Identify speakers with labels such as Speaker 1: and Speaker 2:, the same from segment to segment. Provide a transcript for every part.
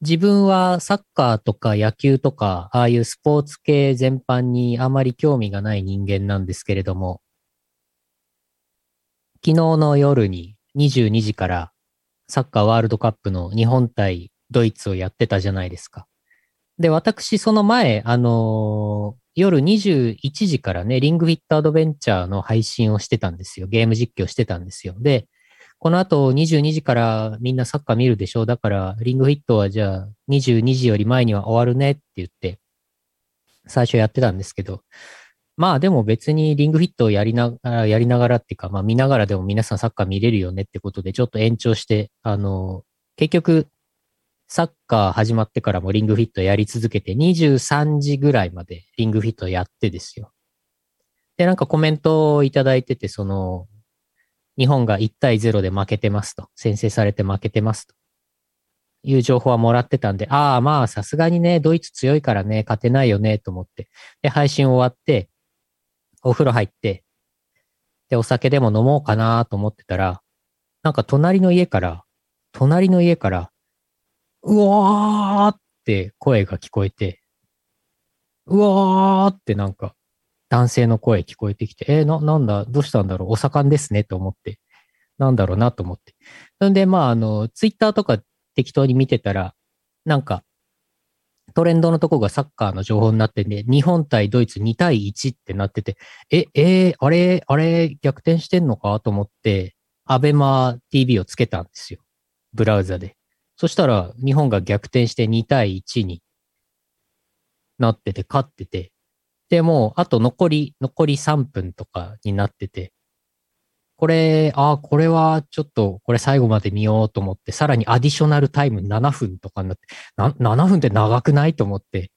Speaker 1: 自分はサッカーとか野球とか、ああいうスポーツ系全般にあまり興味がない人間なんですけれども、昨日の夜に22時からサッカーワールドカップの日本対ドイツをやってたじゃないですか。で、私その前、あのー夜21時からね、リングフィットアドベンチャーの配信をしてたんですよ。ゲーム実況してたんですよ。で、この後22時からみんなサッカー見るでしょだから、リングフィットはじゃあ22時より前には終わるねって言って、最初やってたんですけど、まあでも別にリングフィットをやりながら、やりながらっていうか、まあ見ながらでも皆さんサッカー見れるよねってことで、ちょっと延長して、あの、結局、サッカー始まってからもリングフィットやり続けて、23時ぐらいまでリングフィットやってですよ。で、なんかコメントをいただいてて、その、日本が1対0で負けてますと、先制されて負けてますと、いう情報はもらってたんで、ああ、まあさすがにね、ドイツ強いからね、勝てないよね、と思って。で、配信終わって、お風呂入って、で、お酒でも飲もうかなと思ってたら、なんか隣の家から、隣の家から、うわーって声が聞こえて、うわーってなんか男性の声聞こえてきて、えーな、なんだ、どうしたんだろう、お盛んですねと思って、なんだろうなと思って。そんで、まあ、あの、ツイッターとか適当に見てたら、なんか、トレンドのとこがサッカーの情報になってね、日本対ドイツ2対1ってなってて、え、えーあれ、あれ、逆転してんのかと思って、アベマ TV をつけたんですよ。ブラウザで。そしたら日本が逆転して2対1になってて勝ってて、で、もうあと残り、残り3分とかになってて、これ、ああ、これはちょっと、これ最後まで見ようと思って、さらにアディショナルタイム7分とかになって、な7分って長くないと思って、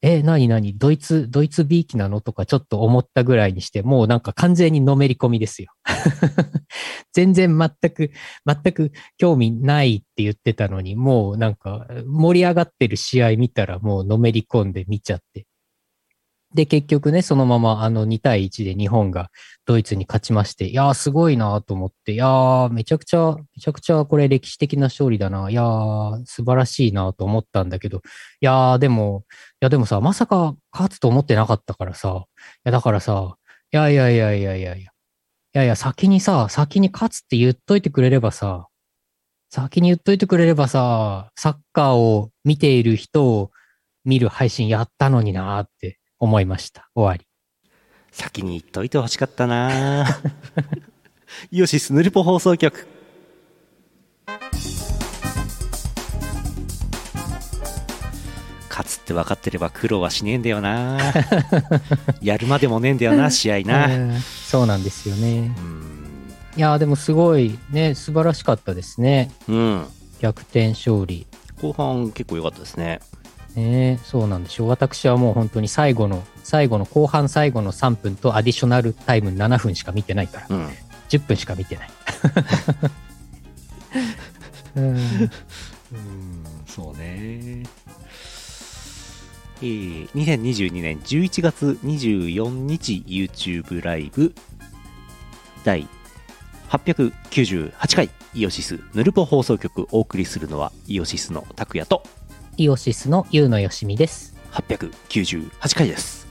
Speaker 1: え、なになに、ドイツ、ドイツ B 期なのとかちょっと思ったぐらいにして、もうなんか完全にのめり込みですよ。 全然全く、全く興味ないって言ってたのに、もうなんか盛り上がってる試合見たらもうのめり込んで見ちゃって。で、結局ね、そのままあの2対1で日本がドイツに勝ちまして、いやーすごいなと思って、いやーめちゃくちゃ、めちゃくちゃこれ歴史的な勝利だな、いやー素晴らしいなと思ったんだけど、いやーでも、いやでもさ、まさか勝つと思ってなかったからさ、いやだからさ、いやいやいやいやいやいや、いやいや、先にさ、先に勝つって言っといてくれればさ、先に言っといてくれればさ、サッカーを見ている人を見る配信やったのになーって思いました。終わり。
Speaker 2: 先に言っといてほしかったな イオシスヌルポ放送局勝つって分かってれば苦労はしねえんだよな やるまでもねえんだよな試合な
Speaker 1: うんそうなんですよね。
Speaker 2: うん
Speaker 1: いやーでもすごいね、素晴らしかったですね。
Speaker 2: うん
Speaker 1: 逆転勝利。
Speaker 2: 後半結構良かったですね
Speaker 1: ねえ、そうなんでしょう。私はもう本当に最後の、最後の、後半最後の3分とアディショナルタイム7分しか見てないから、
Speaker 2: うん
Speaker 1: 10分しか見てない。うん
Speaker 2: うんそうねえー2022年11月24日 YouTube ライブ第898回イオシスヌルポ放送局お送りするのはイオシスの拓也と
Speaker 1: イオシスのユウのよしみです。
Speaker 2: 898回です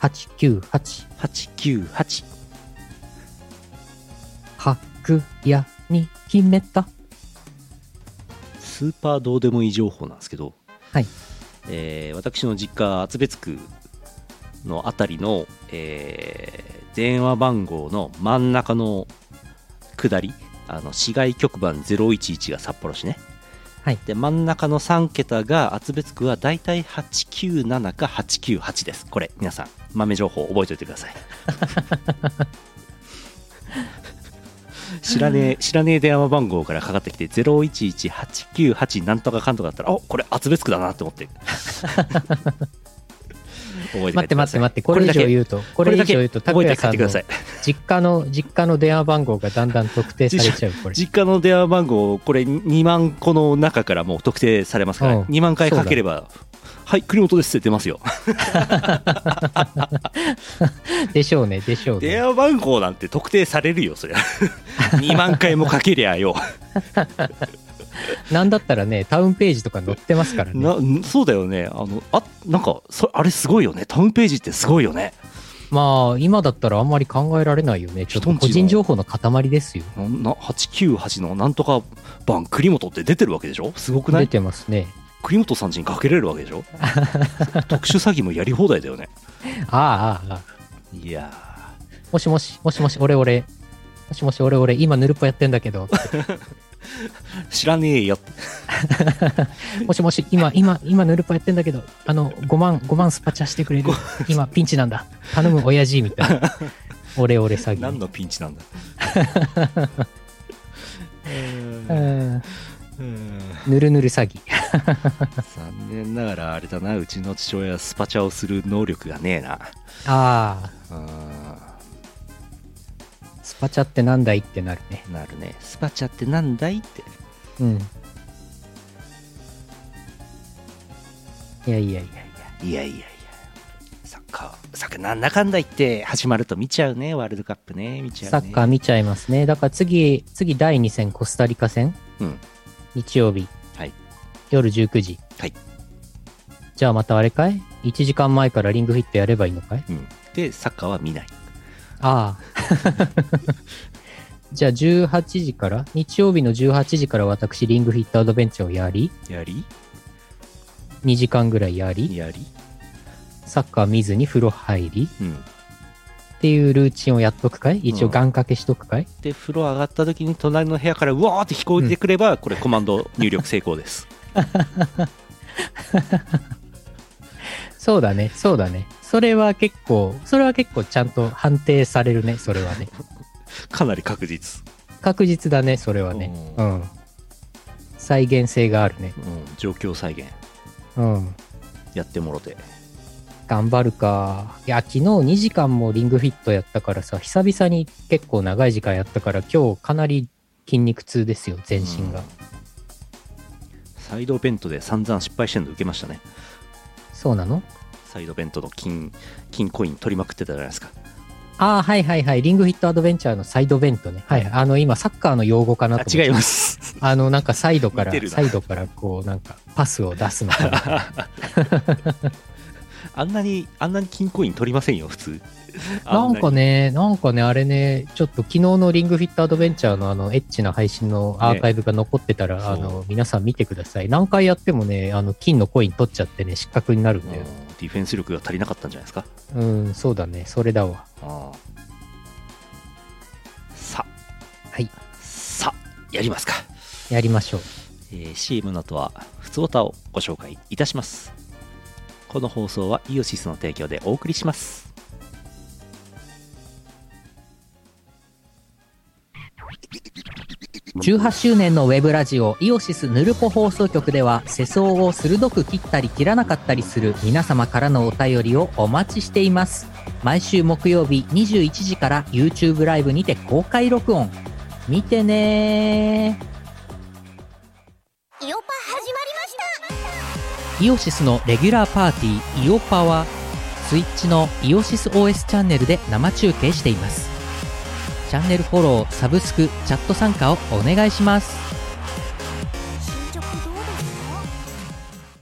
Speaker 1: 898。
Speaker 2: 898
Speaker 1: 白夜に決めた。
Speaker 2: スーパーどうでもいい情報なんですけど、
Speaker 1: はい
Speaker 2: えー私の実家厚別区のあたりの、えー電話番号の真ん中の下りあの市外局番011が札幌市ね、
Speaker 1: はい
Speaker 2: で真ん中の3桁が厚別区はだいたい897か898ですこれ皆さん豆情報覚えておいてくだ さい知らねえ知らねえ電話番号からかかってきて011898なんとかかんとかだったらおこれ厚別区だなっ て思って覚えて帰
Speaker 1: 待って
Speaker 2: くだ
Speaker 1: 待っ
Speaker 2: さ
Speaker 1: て
Speaker 2: い
Speaker 1: 待って、これ以
Speaker 2: だけ
Speaker 1: 上言うと、これ以上言うと、
Speaker 2: 覚
Speaker 1: 拓
Speaker 2: え
Speaker 1: 也
Speaker 2: て帰
Speaker 1: さ
Speaker 2: っ
Speaker 1: ん
Speaker 2: てく
Speaker 1: の
Speaker 2: ださい
Speaker 1: 実家の、実家の電話番号がだんだん特定されちゃう、これ。
Speaker 2: 実家の電話番号これ2万個の中からもう特定されますから、
Speaker 1: うん
Speaker 2: 2万回かければはい栗本ですって出ますよ
Speaker 1: でしょうね、でしょう
Speaker 2: 電
Speaker 1: ね。
Speaker 2: 話番 号なんて特定されるよそりゃ2万回もかけりゃよ
Speaker 1: なんだったらね、タウンページとか載ってますからね。
Speaker 2: なそうだよねあのあなんかそあれすごいよねタウンページってすごいよね
Speaker 1: まあ、今だったらあんまり考えられないよね。ちょっと個人情報の塊ですよ。
Speaker 2: なな898のなんとか版栗本って出てるわけでしょすごくな
Speaker 1: 出
Speaker 2: い
Speaker 1: てますね。
Speaker 2: 栗本さんちにかけれるわけでしょ 特殊詐欺もやり放題だよね
Speaker 1: ああああああ、
Speaker 2: いや
Speaker 1: もしもし、もしもし、俺俺。もしもし、俺俺、今ヌルポやってんだけ ど。
Speaker 2: ー知らねえよって
Speaker 1: もしもし、今、今、今ヌルポやってんだけど、あの、5万、5万スパチャしてくれる。今、ピンチなんだ。頼む、親父、みた いな。俺俺詐欺。
Speaker 2: 何のピンチなんだう
Speaker 1: う
Speaker 2: ー
Speaker 1: ん、
Speaker 2: んうーん
Speaker 1: ぬるぬる詐欺。
Speaker 2: 残念ながらあれだなうちの父親はスパチャをする能力がねえな
Speaker 1: あ
Speaker 2: うー
Speaker 1: あ、スパチャってなんだいってなるね。
Speaker 2: んなるねスパチャってなんだいって
Speaker 1: うん。いやいやいやいや。
Speaker 2: いやいやいやサッカーサッカーなんだかんだ言って始まると見ちゃうねワールドカップね見ちゃうね
Speaker 1: サッカー見ちゃいますね。だから次、次第2戦、コスタリカ戦、
Speaker 2: うん
Speaker 1: 日曜日、
Speaker 2: はい
Speaker 1: 夜19時。
Speaker 2: はい
Speaker 1: じゃあまたあれかい ?1 時間前からリングフィットやればいいのかい
Speaker 2: うん、でサッカーは見ない
Speaker 1: ああ。 じゃあ18時から、日曜日の18時から私、リングフィットアドベンチャーをやり、
Speaker 2: やり
Speaker 1: 2時間ぐらいやり、
Speaker 2: やり
Speaker 1: サッカー見ずに風呂入り、
Speaker 2: うん
Speaker 1: っていうルーチンをやっとくかい一応
Speaker 2: うん
Speaker 1: 願掛けしとくかい、
Speaker 2: で風呂上がった時に隣の部屋からうわーって聞こえてくれば、これコマンド入力成功です
Speaker 1: そうだね、そうだね。それは結構、それは結構ちゃんと判定されるね、それ はね。
Speaker 2: かなり確実、
Speaker 1: 確実だね、それはね。
Speaker 2: う
Speaker 1: うん。再現性があるね。
Speaker 2: うん、状況再現
Speaker 1: うん。
Speaker 2: やってもろて
Speaker 1: 頑張るか。いや、昨日2時間もリングフィットやったからさ、久々に結構長い時間やったから、今日かなり筋肉痛ですよ、全身が。
Speaker 2: うんサイドベントで散々失敗してるの受けましたね
Speaker 1: そうなの
Speaker 2: サイドベントの金金コイン取りまくってたじゃないですか
Speaker 1: ああ、はいはいはい。リングフィットアドベンチャーのサイドベントね。はい。あの、今、サッカーの用語かな
Speaker 2: あ
Speaker 1: と思って
Speaker 2: 違います
Speaker 1: あの、なんかサイドか
Speaker 2: 似てる
Speaker 1: ら、
Speaker 2: な
Speaker 1: サイドからこう、なんかパスを出すのかな。
Speaker 2: あんなにあんなに金コイン取りませんよ普通 あ
Speaker 1: なんか
Speaker 2: に
Speaker 1: ね、なんかね、あれね、ちょっと昨日のリングフィットアドベンチャーのあの、エッチな配信のアーカイブが残ってたら、
Speaker 2: そう
Speaker 1: あの、皆さん見てください。何回やってもね、あの、金のコイン取っちゃってね、失格になるん
Speaker 2: うん
Speaker 1: だよ。
Speaker 2: ディフェンス力が足りなかったんじゃないですか
Speaker 1: うん、そうだね、それだわ。
Speaker 2: ああさ
Speaker 1: はい
Speaker 2: さやりますか、
Speaker 1: やりましょう。
Speaker 2: えー CM の後はふつおたをご紹介いたしますこの放送はイオシスの提供でお送りします
Speaker 1: 18周年のウェブラジオイオシスヌルポ放送局では世相を鋭く切ったり切らなかったりする皆様からのお便りをお待ちしています毎週木曜日21時から YouTube ライブにて公開録音見てね
Speaker 3: イオパ始まりました
Speaker 1: ーイオシスのレギュラーパーティーイオパは Twitch のイオシス OS チャンネルで生中継していますチャンネルフォローサブスクチャット参加をお願いします
Speaker 3: 進捗どうですか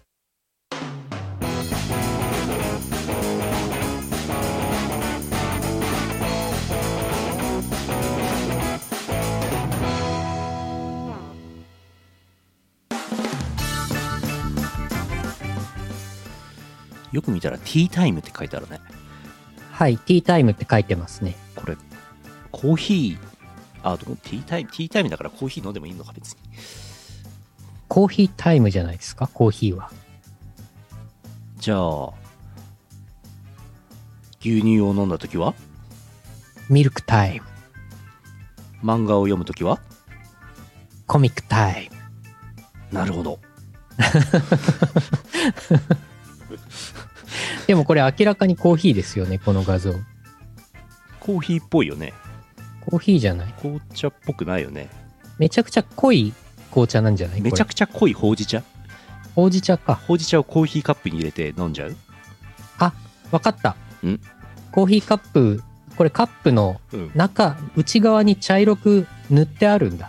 Speaker 2: よく見たらティータイムって書いてあるね
Speaker 1: はいティータイムって書いてますね
Speaker 2: これコーヒーあでもティータイムティータイムだからコーヒー飲んでもいいのか別に
Speaker 1: コーヒータイムじゃないですか、コーヒーは。
Speaker 2: じゃあ牛乳を飲んだ時は
Speaker 1: ミルクタイム、
Speaker 2: 漫画を読む時は
Speaker 1: コミックタイム。
Speaker 2: なるほど
Speaker 1: でもこれ明らかにコーヒーですよね、この画像。
Speaker 2: コーヒーっぽいよね
Speaker 1: コーヒーじゃない。
Speaker 2: 紅茶っぽくないよね
Speaker 1: めちゃくちゃ濃い紅茶なんじゃない
Speaker 2: めちゃ
Speaker 1: く
Speaker 2: くちゃ濃いほうじ茶
Speaker 1: ほうじ茶か。
Speaker 2: ほうじ茶をコーヒーカップに入れて飲んじゃう
Speaker 1: わかった
Speaker 2: ん。
Speaker 1: コーヒーカップ、これカップの
Speaker 2: うん
Speaker 1: 中、内側に茶色く塗ってあるんだ。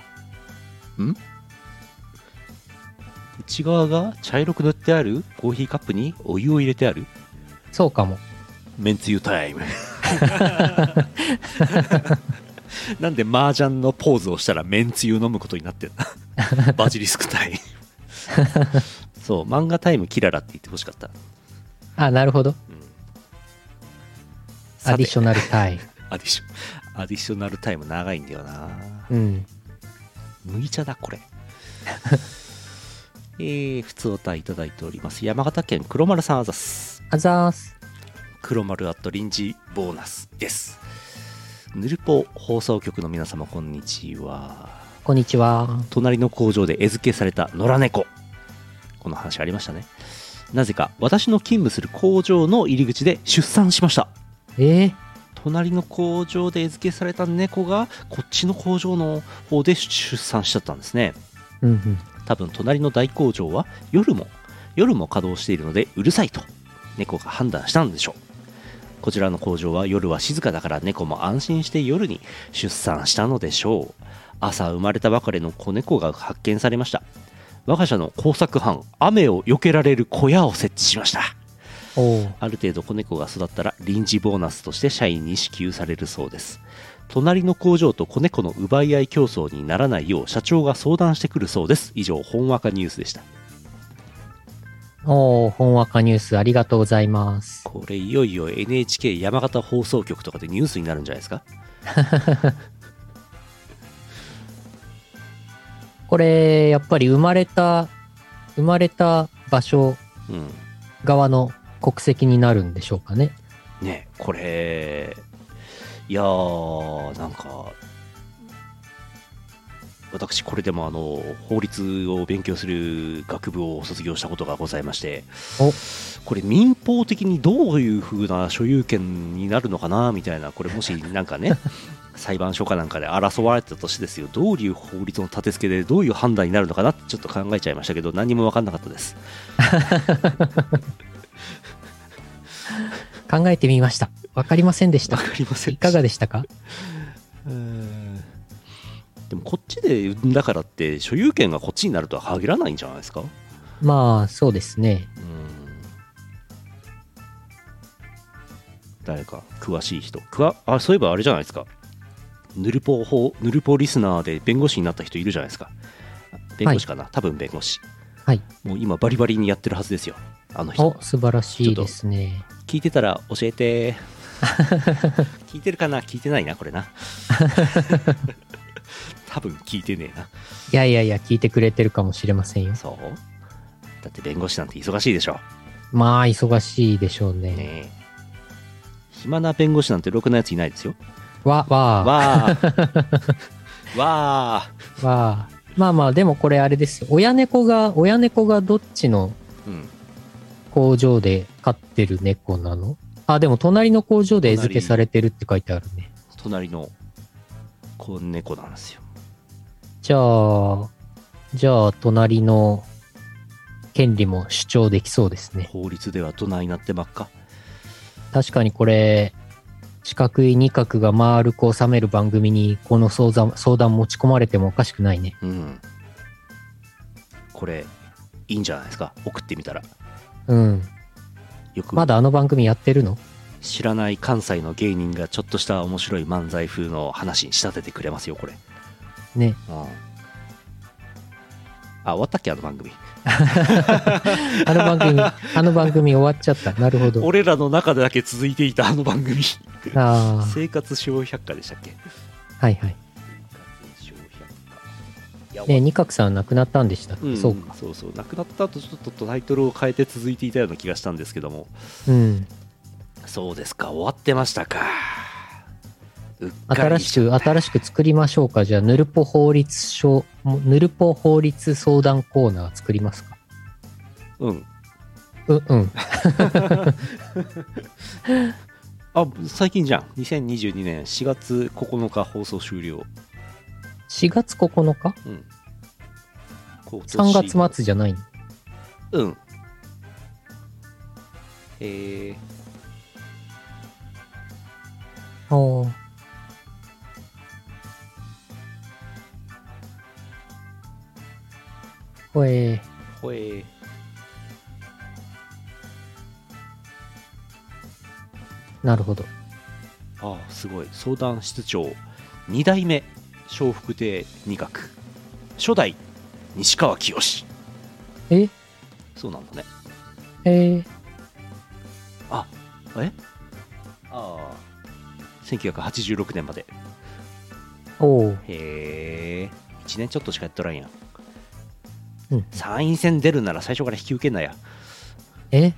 Speaker 2: ん内側が茶色く塗ってあるコーヒーカップにお湯を入れてある
Speaker 1: そうかも。
Speaker 2: めんつゆタイムなんで麻雀のポーズをしたらめんつゆ飲むことになってんだバジリスクタイムそう漫画タイムキララって言ってほしかった、
Speaker 1: あ、なるほど。
Speaker 2: うん、
Speaker 1: アディショナ
Speaker 2: ル
Speaker 1: ルタイム。
Speaker 2: アディショアディショナルタイム長いんだよな
Speaker 1: うん。
Speaker 2: 麦茶だこれえー、普通おたいただいております山形県黒丸さんあざっす
Speaker 1: あざーす。
Speaker 2: 黒丸アット臨時ボーナスですぬるぽ放送局の皆様こんにちは
Speaker 1: こんにちは。
Speaker 2: 隣の工場で餌付けされた野良猫この話ありましたねなぜか私の勤務する工場の入り口で出産しました
Speaker 1: えー、
Speaker 2: 隣の工場で餌付けされた猫がこっちの工場の方で出産しちゃったんですね
Speaker 1: うんうん。
Speaker 2: 多分隣の大工場は夜も夜も稼働しているのでうるさいと猫が判断したんでしょうこちらの工場は夜は静かだから猫も安心して夜に出産したのでしょう朝生まれたばかりの子猫が発見されました我が社の工作班雨を避けられる小屋を設置しました
Speaker 1: おう
Speaker 2: ある程度子猫が育ったら臨時ボーナスとして社員に支給されるそうです隣の工場と子猫の奪い合い競争にならないよう社長が相談してくるそうです以上ほんわかニュースでした
Speaker 1: おうほんわかニュースありがとうございます。
Speaker 2: これいよいよ NHK 山形放送局とかでニュースになるんじゃないですか
Speaker 1: これ、やっぱり生まれた、生まれた場所
Speaker 2: うん
Speaker 1: 側の国籍になるんでしょうかね。
Speaker 2: ねこれいやーなんか私これでもあの法律を勉強する学部を卒業したことがございまして
Speaker 1: お
Speaker 2: これ民法的にどういう風な所有権になるのかなみたいなこれもしなんかね裁判所かなんかで争われたとしてですよどういう法律の立て付けでどういう判断になるのかなってちょっと考えちゃいましたけど何も分かんなかったです
Speaker 1: 考えてみました。わかりませんでした
Speaker 2: 分。かりません
Speaker 1: いかがでしたか
Speaker 2: でもこっちで産んだからって所有権がこっちになるとは限らないんじゃないですか
Speaker 1: まあ、そうですね。
Speaker 2: 誰か詳しい人くわあそういえばあれじゃないですかヌルポ法ヌルポリスナーで弁護士になった人いるじゃないですか弁護士かな、多分弁護士
Speaker 1: はい
Speaker 2: もう今バリバリにやってるはずですよあの人
Speaker 1: お、素晴らしいですね。
Speaker 2: 聞いてたら教えて 聞いてるかな聞いてないなこれな多分聞いてねえない
Speaker 1: やいやいや、聞いてくれてるかもしれませんよ。
Speaker 2: そうだって弁護士なんて忙しいでしょ
Speaker 1: まあ、忙しいでしょうね。
Speaker 2: ねえ暇な弁護士なんてろくなやついないですよ
Speaker 1: わ、わ、わ、
Speaker 2: わあわあ
Speaker 1: まあまあ、でもこれあれですよ。親猫が、親猫がどっちの
Speaker 2: うん
Speaker 1: 工場で飼ってる猫なのあ、でも隣の工場で餌付けされてるって書いてあるね。
Speaker 2: 隣の子猫なんですよ
Speaker 1: じゃあ、じゃあ、隣の権利も主張できそうですね。
Speaker 2: 法律ではどないなってばっか
Speaker 1: 確かにこれ、四角い二角が丸く収める番組に、この相談、相談持ち込まれてもおかしくないね。
Speaker 2: うんこれいいんじゃないですか送ってみたら
Speaker 1: うん。
Speaker 2: よく
Speaker 1: まだあの番組やってるの
Speaker 2: 知らない関西の芸人がちょっとした面白い漫才風の話に仕立ててくれますよこれ
Speaker 1: ね。
Speaker 2: うんあ終わったっけあの番組
Speaker 1: あの番組、あの番組終わっちゃった。なるほど。
Speaker 2: 俺らの中でだけ続いていたあの番組
Speaker 1: あ
Speaker 2: 生活使用百科でしたっけ
Speaker 1: あ、はいはい。
Speaker 2: 生活使用百科いや、
Speaker 1: ね二角さん亡くなったんでしたっけ、
Speaker 2: うん、
Speaker 1: そ
Speaker 2: そうう
Speaker 1: か。
Speaker 2: そうそう亡くなった後ちょっとタイトルを変えて続いていたような気がしたんですけども
Speaker 1: うん。
Speaker 2: そうですか終わってましたかうっか
Speaker 1: 新
Speaker 2: り
Speaker 1: し
Speaker 2: ちゃ
Speaker 1: く、新しく作りましょうか。じゃあ、ヌルポ法律書、ヌルポ法律相談コーナー作りますか。
Speaker 2: うん
Speaker 1: うんうん。
Speaker 2: あ最近じゃん2022年4月9日放送終了、
Speaker 1: 4月9日
Speaker 2: うん、
Speaker 1: ?3 月末
Speaker 2: じ
Speaker 1: じゃないの
Speaker 2: うんえー、
Speaker 1: おーほえー
Speaker 2: ほえ
Speaker 1: なるほど。
Speaker 2: ああすごい相談室長2代目笑福亭仁鶴初代西川きよし
Speaker 1: え
Speaker 2: そうなんだね
Speaker 1: えー、
Speaker 2: あえああ1986年まで
Speaker 1: おう。
Speaker 2: へえ1年ちょっとしかやっとらんやん
Speaker 1: うん。
Speaker 2: 参院選出るなら最初から引き受けんなや
Speaker 1: え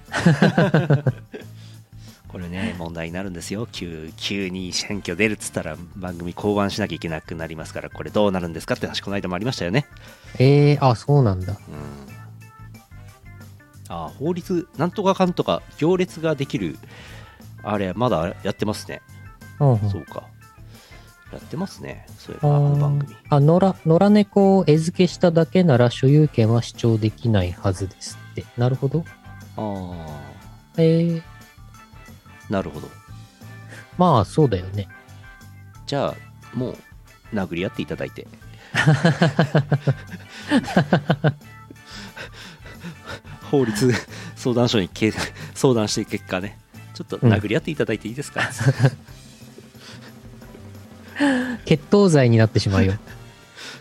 Speaker 2: これね問題になるんですよ急急に選挙出るっつったら番組降板しなきゃいけなくなりますからこれどうなるんですかって話この間もありましたよね
Speaker 1: えー、あ、そうなんだ。
Speaker 2: うんあ法律なんとかかんとか行列ができるあれまだやってますね、
Speaker 1: うん、う
Speaker 2: そ
Speaker 1: ん。
Speaker 2: うかやってますねそういえば
Speaker 1: あ
Speaker 2: こ
Speaker 1: ー
Speaker 2: の番組
Speaker 1: あ、野良、野良猫を餌付けしただけなら所有権は主張できないはずですって。なるほど。
Speaker 2: あ
Speaker 1: えー、
Speaker 2: あなるほど
Speaker 1: まあそうだよね。
Speaker 2: じゃあもう殴り合っていただ いて法律相談所にけ相談して結果ねちょっと殴り合っていただいていいですか、
Speaker 1: 決闘罪になってしまう よ。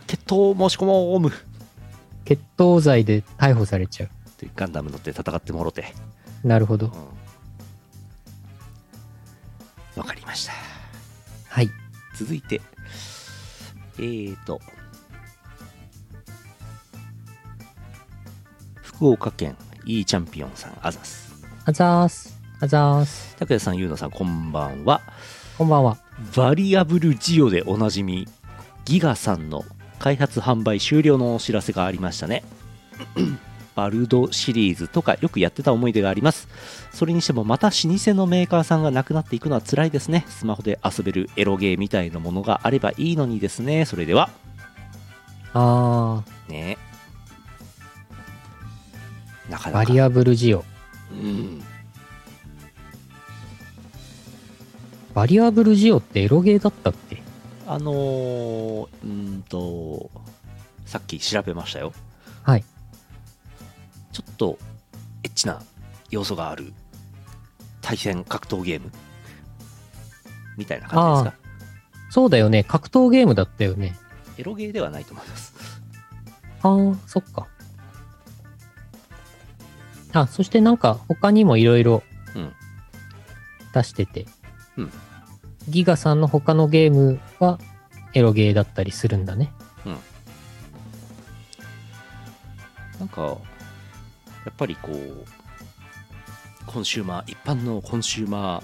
Speaker 2: 決闘申し込もうむっ
Speaker 1: 決闘罪で逮捕されちゃ
Speaker 2: てガンダム乗って戦ってもろて
Speaker 1: う。なるほど
Speaker 2: うん。わかりました
Speaker 1: はい。
Speaker 2: 続いてえーと福岡県いいチャンピオンさんあざす
Speaker 1: あざーす。あざーす。
Speaker 2: 拓也さん、ゆうのさん、こんばんは。
Speaker 1: こんばんは。
Speaker 2: バリアブルジオでおなじみ、ギガさんの開発販売終了のお知らせがありまし たね。バルドシリーズとかよくやってた思い出があります。それにしてもまた老舗のメーカーさんがなくなっていくのは辛いですね。スマホで遊べるエロゲーみたいなものがあればいいのにですね。それでは。
Speaker 1: あ
Speaker 2: ねえ。なか
Speaker 1: ー、
Speaker 2: なか。
Speaker 1: バリアブルジオ。
Speaker 2: うん。
Speaker 1: バリアブルジオってエロゲーだったっけ
Speaker 2: あのー、うーんと、さっき調べましたよ。
Speaker 1: はい。
Speaker 2: ちょっと、エッチな要素がある、対戦格闘ゲームみたいな感じですか。
Speaker 1: そうだよね。格闘ゲームだったよね。
Speaker 2: エロゲーではないと思います。
Speaker 1: あー、そっか。あ、そしてなんか他にもいろいろ
Speaker 2: うん
Speaker 1: 出してて。
Speaker 2: うん
Speaker 1: ギガさんの他のゲームはエロゲーだったりするんだね。
Speaker 2: なんか、やっぱりこう、コンシューマー、一般のコンシューマー、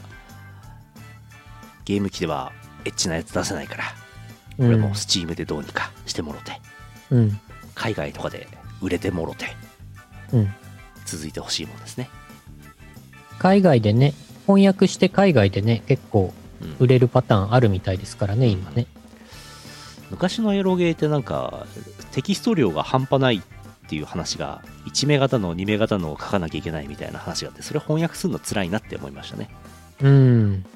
Speaker 2: ゲーム機ではエッチなやつ出せないから、
Speaker 1: う
Speaker 2: これ
Speaker 1: ん。
Speaker 2: も Steam でどうにかしてもろて、
Speaker 1: うん。
Speaker 2: 海外とかで売れてもろて、
Speaker 1: うん。
Speaker 2: 続いてほしいもんですね。
Speaker 1: 海外でね、翻訳して海外でね、結構
Speaker 2: うん
Speaker 1: 売れるパターンあるみたいですからね、今ね。
Speaker 2: 昔のエロゲーってなんかテキスト量が半端ないっていう話が1名型の2名型のを書かなきゃいけないみたいな話があってそれ翻訳するの辛いなって思いましたね
Speaker 1: うん。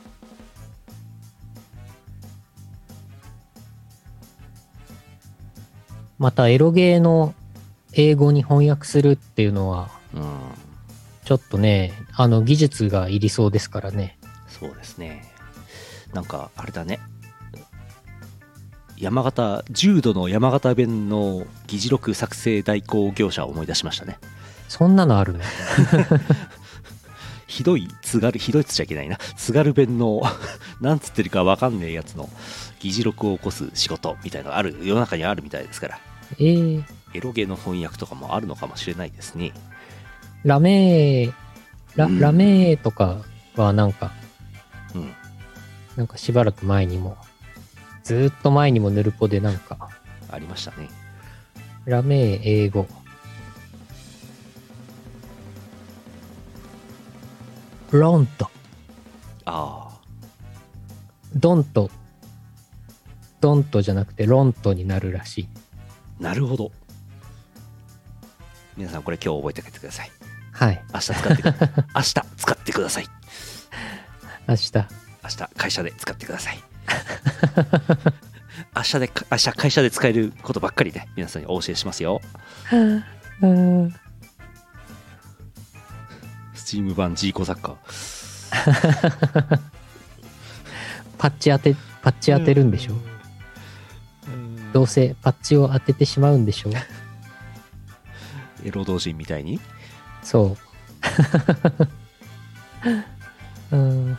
Speaker 1: また、エロゲーの英語に翻訳するっていうのは、
Speaker 2: うん
Speaker 1: ちょっとね、あの、技術がいりそうですからね。
Speaker 2: そうですねなんかあれだね山形重度の山形弁の議事録作成代行業者を思い出しましたね
Speaker 1: そんなのあるの
Speaker 2: ひどい津軽ひどいっつっちゃいけないな津軽弁の なんつってるかわかんねえやつの議事録を起こす仕事みたいなのがある世の中にあるみたいですから
Speaker 1: えー、
Speaker 2: エロゲの翻訳とかもあるのかもしれないですね。
Speaker 1: ラメー、ラ、
Speaker 2: うん
Speaker 1: ラメーとかはなんか、
Speaker 2: うん。
Speaker 1: なんかしばらく前にも、ずーっと前にもヌルポでなんか、
Speaker 2: ありましたね。
Speaker 1: ラメー英語。ロンと、
Speaker 2: ああ。
Speaker 1: ドンと、ドンとじゃなくてロンとになるらしい。
Speaker 2: なるほど。皆さんこれ今日覚えておいてください。
Speaker 1: はい。
Speaker 2: 明日使ってく 明日使ってください。
Speaker 1: 明日。
Speaker 2: 明日会社で使ってくだ さい。明日でか、明日会社で使えることばっかりで皆さんにお教えしますよ。
Speaker 1: うん
Speaker 2: チーム版ジーコサッカー。
Speaker 1: パッチ当て、パッチ当てるんでしょ、
Speaker 2: うん
Speaker 1: どうせパッチを当ててしまうんでしょ
Speaker 2: エロ同人みたいに
Speaker 1: そう。うん、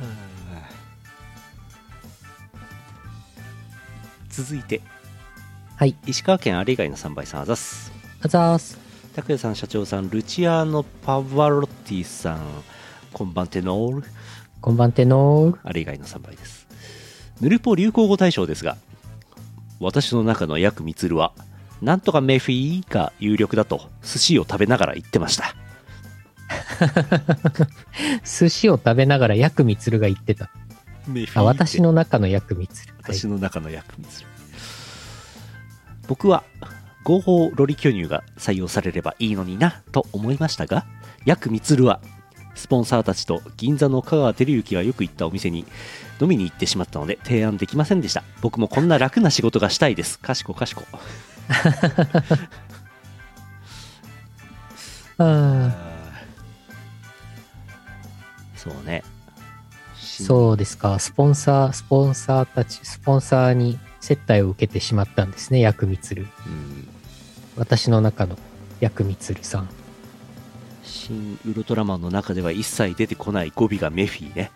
Speaker 2: 続いて
Speaker 1: はい。
Speaker 2: 石川県あれ以外の3倍さんあざっす
Speaker 1: あざーす。
Speaker 2: 拓也さん社長さんルチアーノ・パワロッティさんこんばんてのール
Speaker 1: こんばんてのー。
Speaker 2: あれ以外の3倍ですヌルポ流行語大賞ですが私の中のヤクミツルはなんとかメフィーが有力だと寿司を食べながら言ってました
Speaker 1: 寿司を食べながら薬味つるが言ってた。
Speaker 2: メフィー
Speaker 1: あ、
Speaker 2: って
Speaker 1: 私の中の薬味つる。はい
Speaker 2: 私の中の役にする、僕は合法ロリ巨乳が採用されればいいのになと思いましたが薬ミツルはスポンサーたちと銀座の香川照之がよく行ったお店に飲みに行ってしまったので提案できませんでした僕もこんな楽な仕事がしたいですかしこかしこ
Speaker 1: あ
Speaker 2: そうね
Speaker 1: ーそうですか。スポンサー、スポンサーたち、スポンサーに接待を受けてしまったんですね、薬味つる。
Speaker 2: うん
Speaker 1: 私の中の薬味つるさん。
Speaker 2: 新ウルトラマンの中では一切出てこない語尾がメフィーね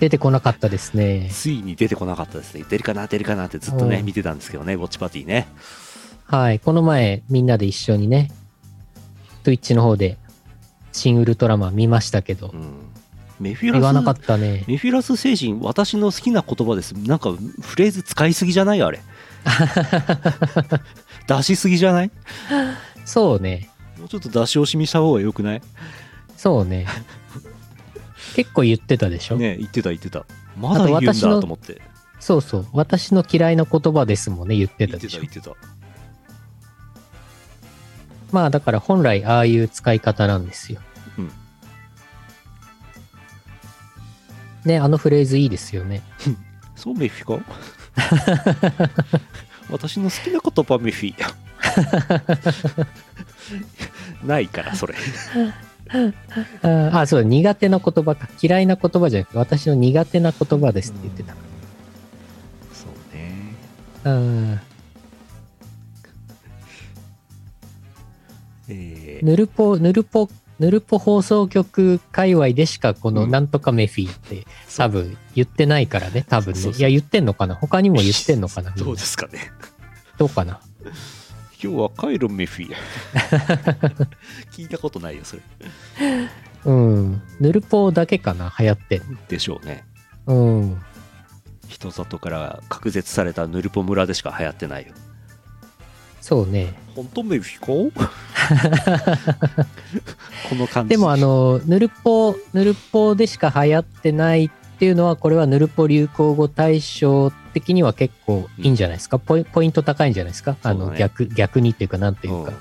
Speaker 1: 出てこなかったですね。
Speaker 2: ついに出てこなかったですね出るかな出るかなってずっとね
Speaker 1: うん
Speaker 2: 見てたんですけどねウォッチパーティーね
Speaker 1: はい。この前、みんなで一緒にね、Twitch の方で、新ウルトラマン見ましたけど
Speaker 2: う、んメフィラ
Speaker 1: 言
Speaker 2: ス
Speaker 1: わなかったね。
Speaker 2: メフィラス星人私の好きな言葉ですなんかフレーズ使いすぎじゃない あれ出しすぎじゃない
Speaker 1: そうね。
Speaker 2: もうちょっと出し惜しみした方がよくない
Speaker 1: そうね。結構言ってたでしょ、
Speaker 2: ね言ってた言ってたまだ言うんだ
Speaker 1: あと私の
Speaker 2: と思って
Speaker 1: そうそう。私の嫌いな言葉ですもんね、言って
Speaker 2: 言
Speaker 1: た
Speaker 2: っ
Speaker 1: で
Speaker 2: て
Speaker 1: したょ
Speaker 2: 言ってた
Speaker 1: まあ、だから本来、ああいう使い方なんですよ。
Speaker 2: うん
Speaker 1: ね、あのフレーズいいですよね。
Speaker 2: そうメフィか 私の好きな言葉メフィないからそれ
Speaker 1: あーあ、そうだ、苦手な言葉か。嫌いな言葉じゃなくて、私の苦手な言葉ですって言ってた。
Speaker 2: そうね
Speaker 1: うん。
Speaker 2: えー
Speaker 1: ぬるぽ、ぬるぽ、ぬるぽ放送局界隈でしかこ
Speaker 2: う
Speaker 1: の
Speaker 2: ん
Speaker 1: なんとかメフィーって
Speaker 2: そう
Speaker 1: 多分言ってないからね、多分
Speaker 2: そ
Speaker 1: ね。
Speaker 2: うそう
Speaker 1: いや、言ってんのかな他にも言ってんのかな
Speaker 2: どうですかね
Speaker 1: どうかな
Speaker 2: 今日はカイロメフィ 聞いたことないよそれ
Speaker 1: うん。ぬるぽだけかな流行ってん
Speaker 2: でしょうね
Speaker 1: の。うん。
Speaker 2: 人里から隔絶されたヌルポ村でしか流行ってないよ
Speaker 1: そうね。
Speaker 2: 本当メフィか この感じ
Speaker 1: でもあの、ぬるぽ、ぬるぽでしか流行ってないっていうのは、これはぬるぽ流行語大賞的には結構いいんじゃないですか、ポイポイント高いんじゃないですかあ
Speaker 2: そう
Speaker 1: の、
Speaker 2: だね
Speaker 1: 逆、逆にっていうか、なんていうか。
Speaker 2: うん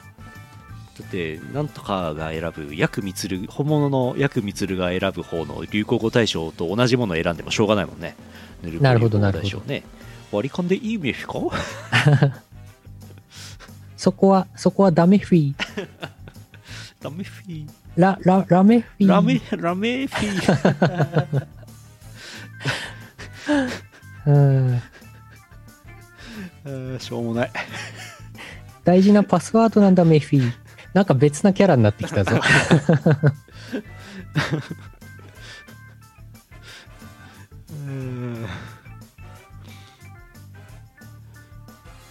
Speaker 2: だってなんとかが選ぶヤクミツル本物のヤクミツルが選ぶ方の流行語大賞と同じものを選んでもしょうがないもんねぬる
Speaker 1: なるほど
Speaker 2: 流行
Speaker 1: な
Speaker 2: 語
Speaker 1: るほ
Speaker 2: 大賞
Speaker 1: ど
Speaker 2: ね割り勘でいいメフ ィか
Speaker 1: そこは、そこはダメフィー。
Speaker 2: ダメフィ
Speaker 1: ラ、ラ、ラメフィー。
Speaker 2: ラメラメフ ィ
Speaker 1: うん。
Speaker 2: あーしょうもない
Speaker 1: 大事なパスワードなんだ、メフィー。なんか別なキャラになってきた ぞ。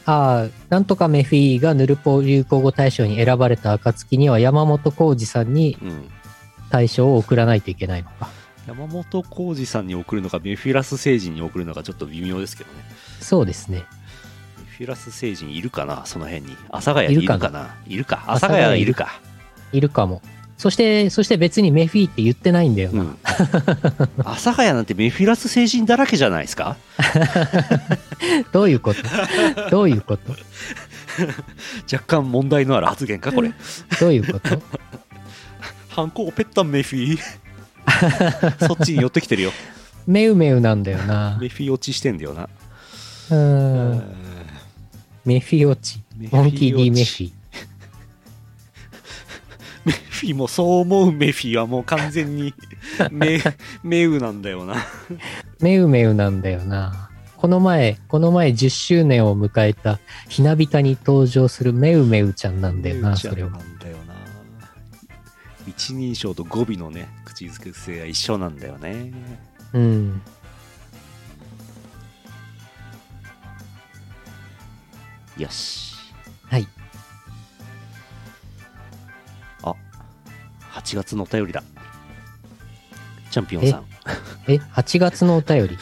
Speaker 1: ああ、なんとかメフィーがヌルポ流行語大賞に選ばれた暁には山本浩二さんに
Speaker 2: うん
Speaker 1: 大賞を送らないといけないのか。
Speaker 2: 山本浩二さんに送るのかメフィラス星人に送るのかちょっと微妙ですけどね
Speaker 1: そうですね。
Speaker 2: メフィラス星人いるかなその辺に阿佐ヶ谷にいるかないるか阿佐
Speaker 1: 阿佐
Speaker 2: ヶ
Speaker 1: ヶ
Speaker 2: 谷
Speaker 1: 谷
Speaker 2: い
Speaker 1: い
Speaker 2: る
Speaker 1: る
Speaker 2: か
Speaker 1: いるかも。そして、そして別にメフィーって言ってないんだよ
Speaker 2: う
Speaker 1: な。
Speaker 2: ん阿佐ヶ谷なんてメフィラス星人だらけじゃないですか
Speaker 1: どういう ことどういうこと
Speaker 2: 若干問題のある発言かこれ
Speaker 1: どういうこと
Speaker 2: ハンコをペッタンメフ ィそっちに寄ってきてるよ
Speaker 1: メウメウなんだよな。
Speaker 2: メフィ落ちしてんだよな
Speaker 1: うーん。メフィオチ
Speaker 2: メ。フィ
Speaker 1: モ
Speaker 2: オチ
Speaker 1: ンキー・ディ・メフィ。
Speaker 2: メフィもそう思うメフィはもう完全 にメメウなんだよな
Speaker 1: めうめうなんだよな。この前、この前10周年を迎えた、ひなびたに登場するめうめうちゃんなんだよな、
Speaker 2: メウちゃ
Speaker 1: そ
Speaker 2: ん
Speaker 1: れ
Speaker 2: な
Speaker 1: は。
Speaker 2: んだよな一人称と語尾のね口づけ性が一緒なんだよね
Speaker 1: うん。
Speaker 2: よし
Speaker 1: はい。
Speaker 2: あ8月のお便りだチャンピオンさん
Speaker 1: え、8月のお便り。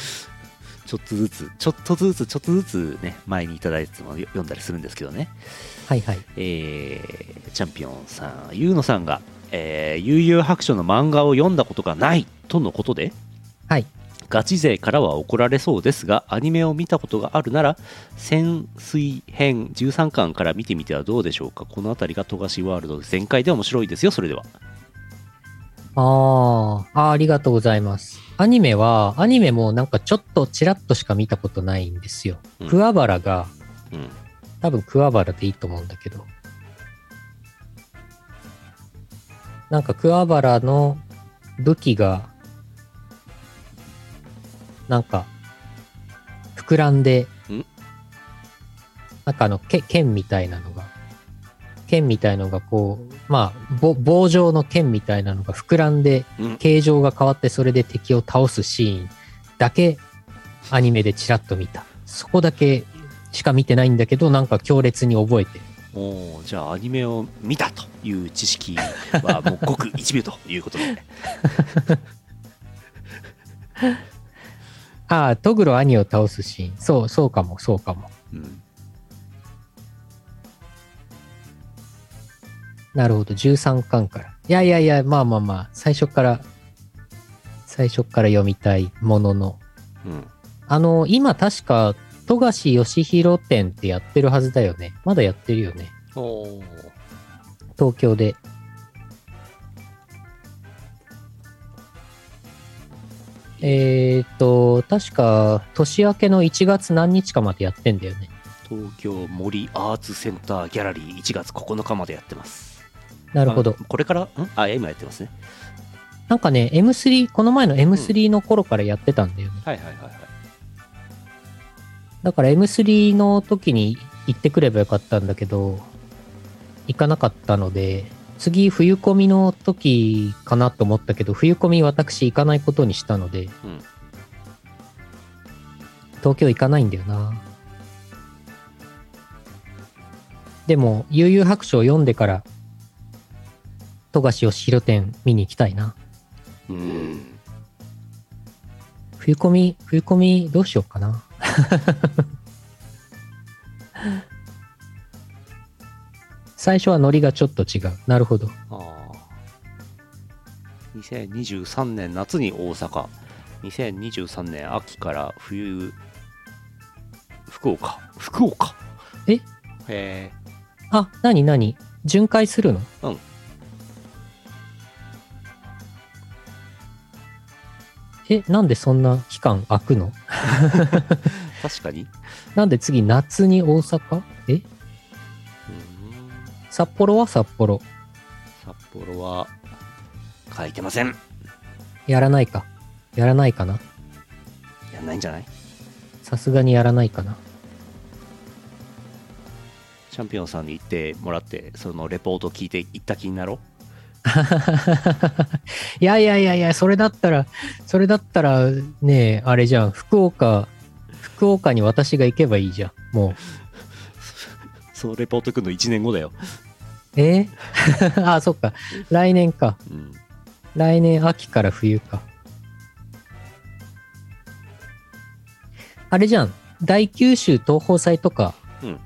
Speaker 2: ちょっとずつちょっとずつちょっとずつね前にいただいてたのを読んだりするんですけどね
Speaker 1: はいはい。
Speaker 2: えーチャンピオンさん、ゆうのさんが、えー、悠々白書の漫画を読んだことがないとのことで、
Speaker 1: はい。
Speaker 2: ガチ勢からは怒られそうですが、アニメを見たことがあるなら、潜水編13巻から見てみてはどうでしょうか。この辺りが富樫ワールド全開で面白いですよ、それでは。
Speaker 1: あーあー、ありがとうございます。アニメは、アニメもなんかちょっとちらっとしか見たことないんですよ。
Speaker 2: うん
Speaker 1: 桑原が、
Speaker 2: うん。
Speaker 1: 多分桑原でいいと思うんだけど。なんか桑原の武器が、なんか、膨らんで
Speaker 2: ん、
Speaker 1: なんかあの、け剣みたいなのが、剣みたいのがこう、まあ、ぼ棒状の剣みたいなのが膨らんで
Speaker 2: うん、
Speaker 1: 形状が変わってそれで敵を倒すシーンだけアニメでチラッと見た。そこだけしか見てないんだけど、なんか強烈に覚えてる。
Speaker 2: おーじゃあアニメを見たという知識はもうごく一部ということで
Speaker 1: ああ、トグロ兄を倒すシーン。そう、そうかも、そうかも。
Speaker 2: うん
Speaker 1: なるほど、13巻から。いやいやいや、まあまあまあ、最初から、最初から読みたいものの。
Speaker 2: うん
Speaker 1: あの、今確か、富樫義弘展ってやってるはずだよね。まだやってるよね。
Speaker 2: おー
Speaker 1: 東京で。えーっと、確か、年明けの1月何日かまでやってんだよね。
Speaker 2: 東京森アーツセンターギャラリー1月9日までやってます
Speaker 1: なるほど。
Speaker 2: あこれからんあいや今やってますね
Speaker 1: なんかね、M3、この前の M3 の頃からやってたんだよね。
Speaker 2: はいはいはいはい
Speaker 1: だから M3 の時に行ってくればよかったんだけど、行かなかったので、次冬コミの時かなと思ったけど、冬コミ私行かないことにしたので、
Speaker 2: うん
Speaker 1: 東京行かないんだよな。でも、悠々白書を読んでから、富樫義弘展見に行きたいな。
Speaker 2: うん
Speaker 1: 冬コミ、冬コミどうしようか な。最初はノリがちょっと違う。なるほど。
Speaker 2: あー2023年夏に大阪2023年秋から冬福岡福岡
Speaker 1: え
Speaker 2: へえ
Speaker 1: あ、なになに巡回するの
Speaker 2: うん。
Speaker 1: え、なんでそんな期間空くの
Speaker 2: 確かに
Speaker 1: なんで次夏に大阪え
Speaker 2: うん
Speaker 1: 札幌は札幌。
Speaker 2: 札幌は書いてません
Speaker 1: やらないか。やらないかな
Speaker 2: やんないんじゃない
Speaker 1: さすがにやらないかな。
Speaker 2: チャンピオンさんに行ってもらってそのレポート聞いて行った気になろう
Speaker 1: いやいやいやいや、それだったら、それだったら、ねえ、あれじゃん、福岡、福岡に私が行けばいいじゃん、も
Speaker 2: そのレポートくんの1年後だよ。
Speaker 1: う。え ーあ、そっか。来年か。
Speaker 2: うん。
Speaker 1: 来年秋から冬か。あれじゃん、大九州東宝祭とか、
Speaker 2: うん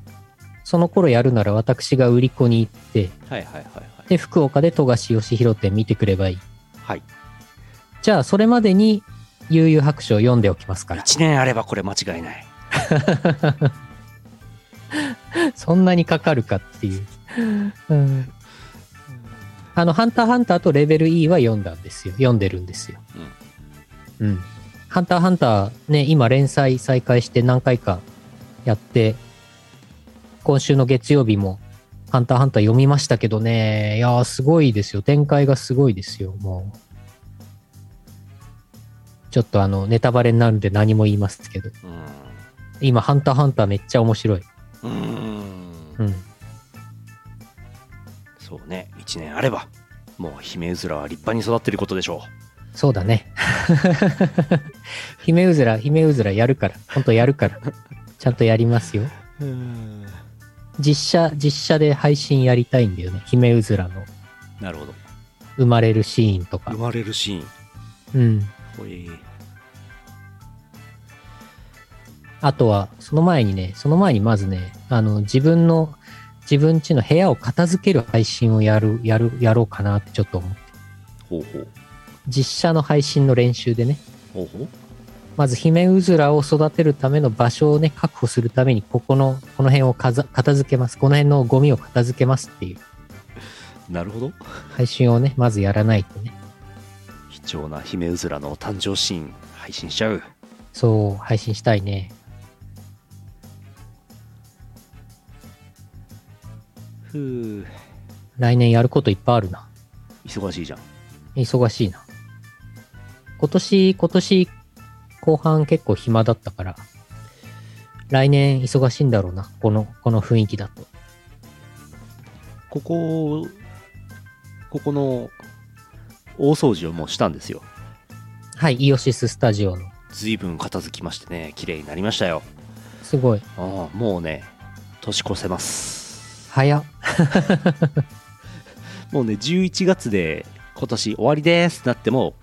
Speaker 1: その頃やるなら私が売り子に行って、
Speaker 2: はいはいはいはい。
Speaker 1: で、福岡で富樫義弘展見てくればいい。
Speaker 2: はい。
Speaker 1: じゃあ、それまでに、悠々白書を読んでおきますから。
Speaker 2: 1年あればこれ間違いない。
Speaker 1: そんなにかかるかっていう。うん、あの、ハンターハンターとレベル E は読んだんですよ。読んでるんですよ。うん。ハンターハンターね、今連載再開して何回かやって、今週の月曜日もハンターハンター読みましたけどね、いやー、すごいですよ。展開がすごいですよ、もう。ちょっとあの、ネタバレになるんで何も言いますけど、
Speaker 2: う
Speaker 1: 今、ハンターハンターめっちゃ面白い。
Speaker 2: ん。うん。
Speaker 1: うん。
Speaker 2: そうね、1年あれば、もう姫うずらは立派に育ってることでしょ
Speaker 1: そうだね。 姫うずら、姫うずらやるから。ほんとやるから。ちゃんとやりますよ。
Speaker 2: う。うん。
Speaker 1: 実写、実写で配信やりたいんだよね。姫うずらの
Speaker 2: なるほど。
Speaker 1: 生まれるシーンとか
Speaker 2: 生。まれるシ
Speaker 1: う
Speaker 2: ーン。
Speaker 1: ん。
Speaker 2: ほえー
Speaker 1: あとは、その前にね、その前にまずね、あの、自分の、自分家の部屋を片付ける配信をやる、やる、やろうかなってちょっと思う。
Speaker 2: ほうほう。
Speaker 1: 実写の配信の練習でね、
Speaker 2: ほうほう。
Speaker 1: まず姫うずらを育てるための場所をね、確保するために、ここの、この辺をかざ片付けます。この辺のゴミを片付けますっていう
Speaker 2: なるほど。
Speaker 1: 配信をね、まずやらないとね。
Speaker 2: 貴重な姫うずらの誕生シーン、配信しちゃう。
Speaker 1: そう、配信したいね。
Speaker 2: ふう。
Speaker 1: 来年やることいっぱいあるな。
Speaker 2: 忙しいじゃん。
Speaker 1: 忙しいな。今年、今年、後半結構暇だったから、来年忙しいんだろうな。この、この雰囲気だと。
Speaker 2: ここ、ここの大掃除をもうしたんですよ。
Speaker 1: はい、イオシススタジオの。
Speaker 2: 随分片付きましてね、綺麗になりましたよ。
Speaker 1: すごい。
Speaker 2: ああ、もうね、年越せます。
Speaker 1: 早っ。
Speaker 2: もうね、11月で今年終わりですってなっても、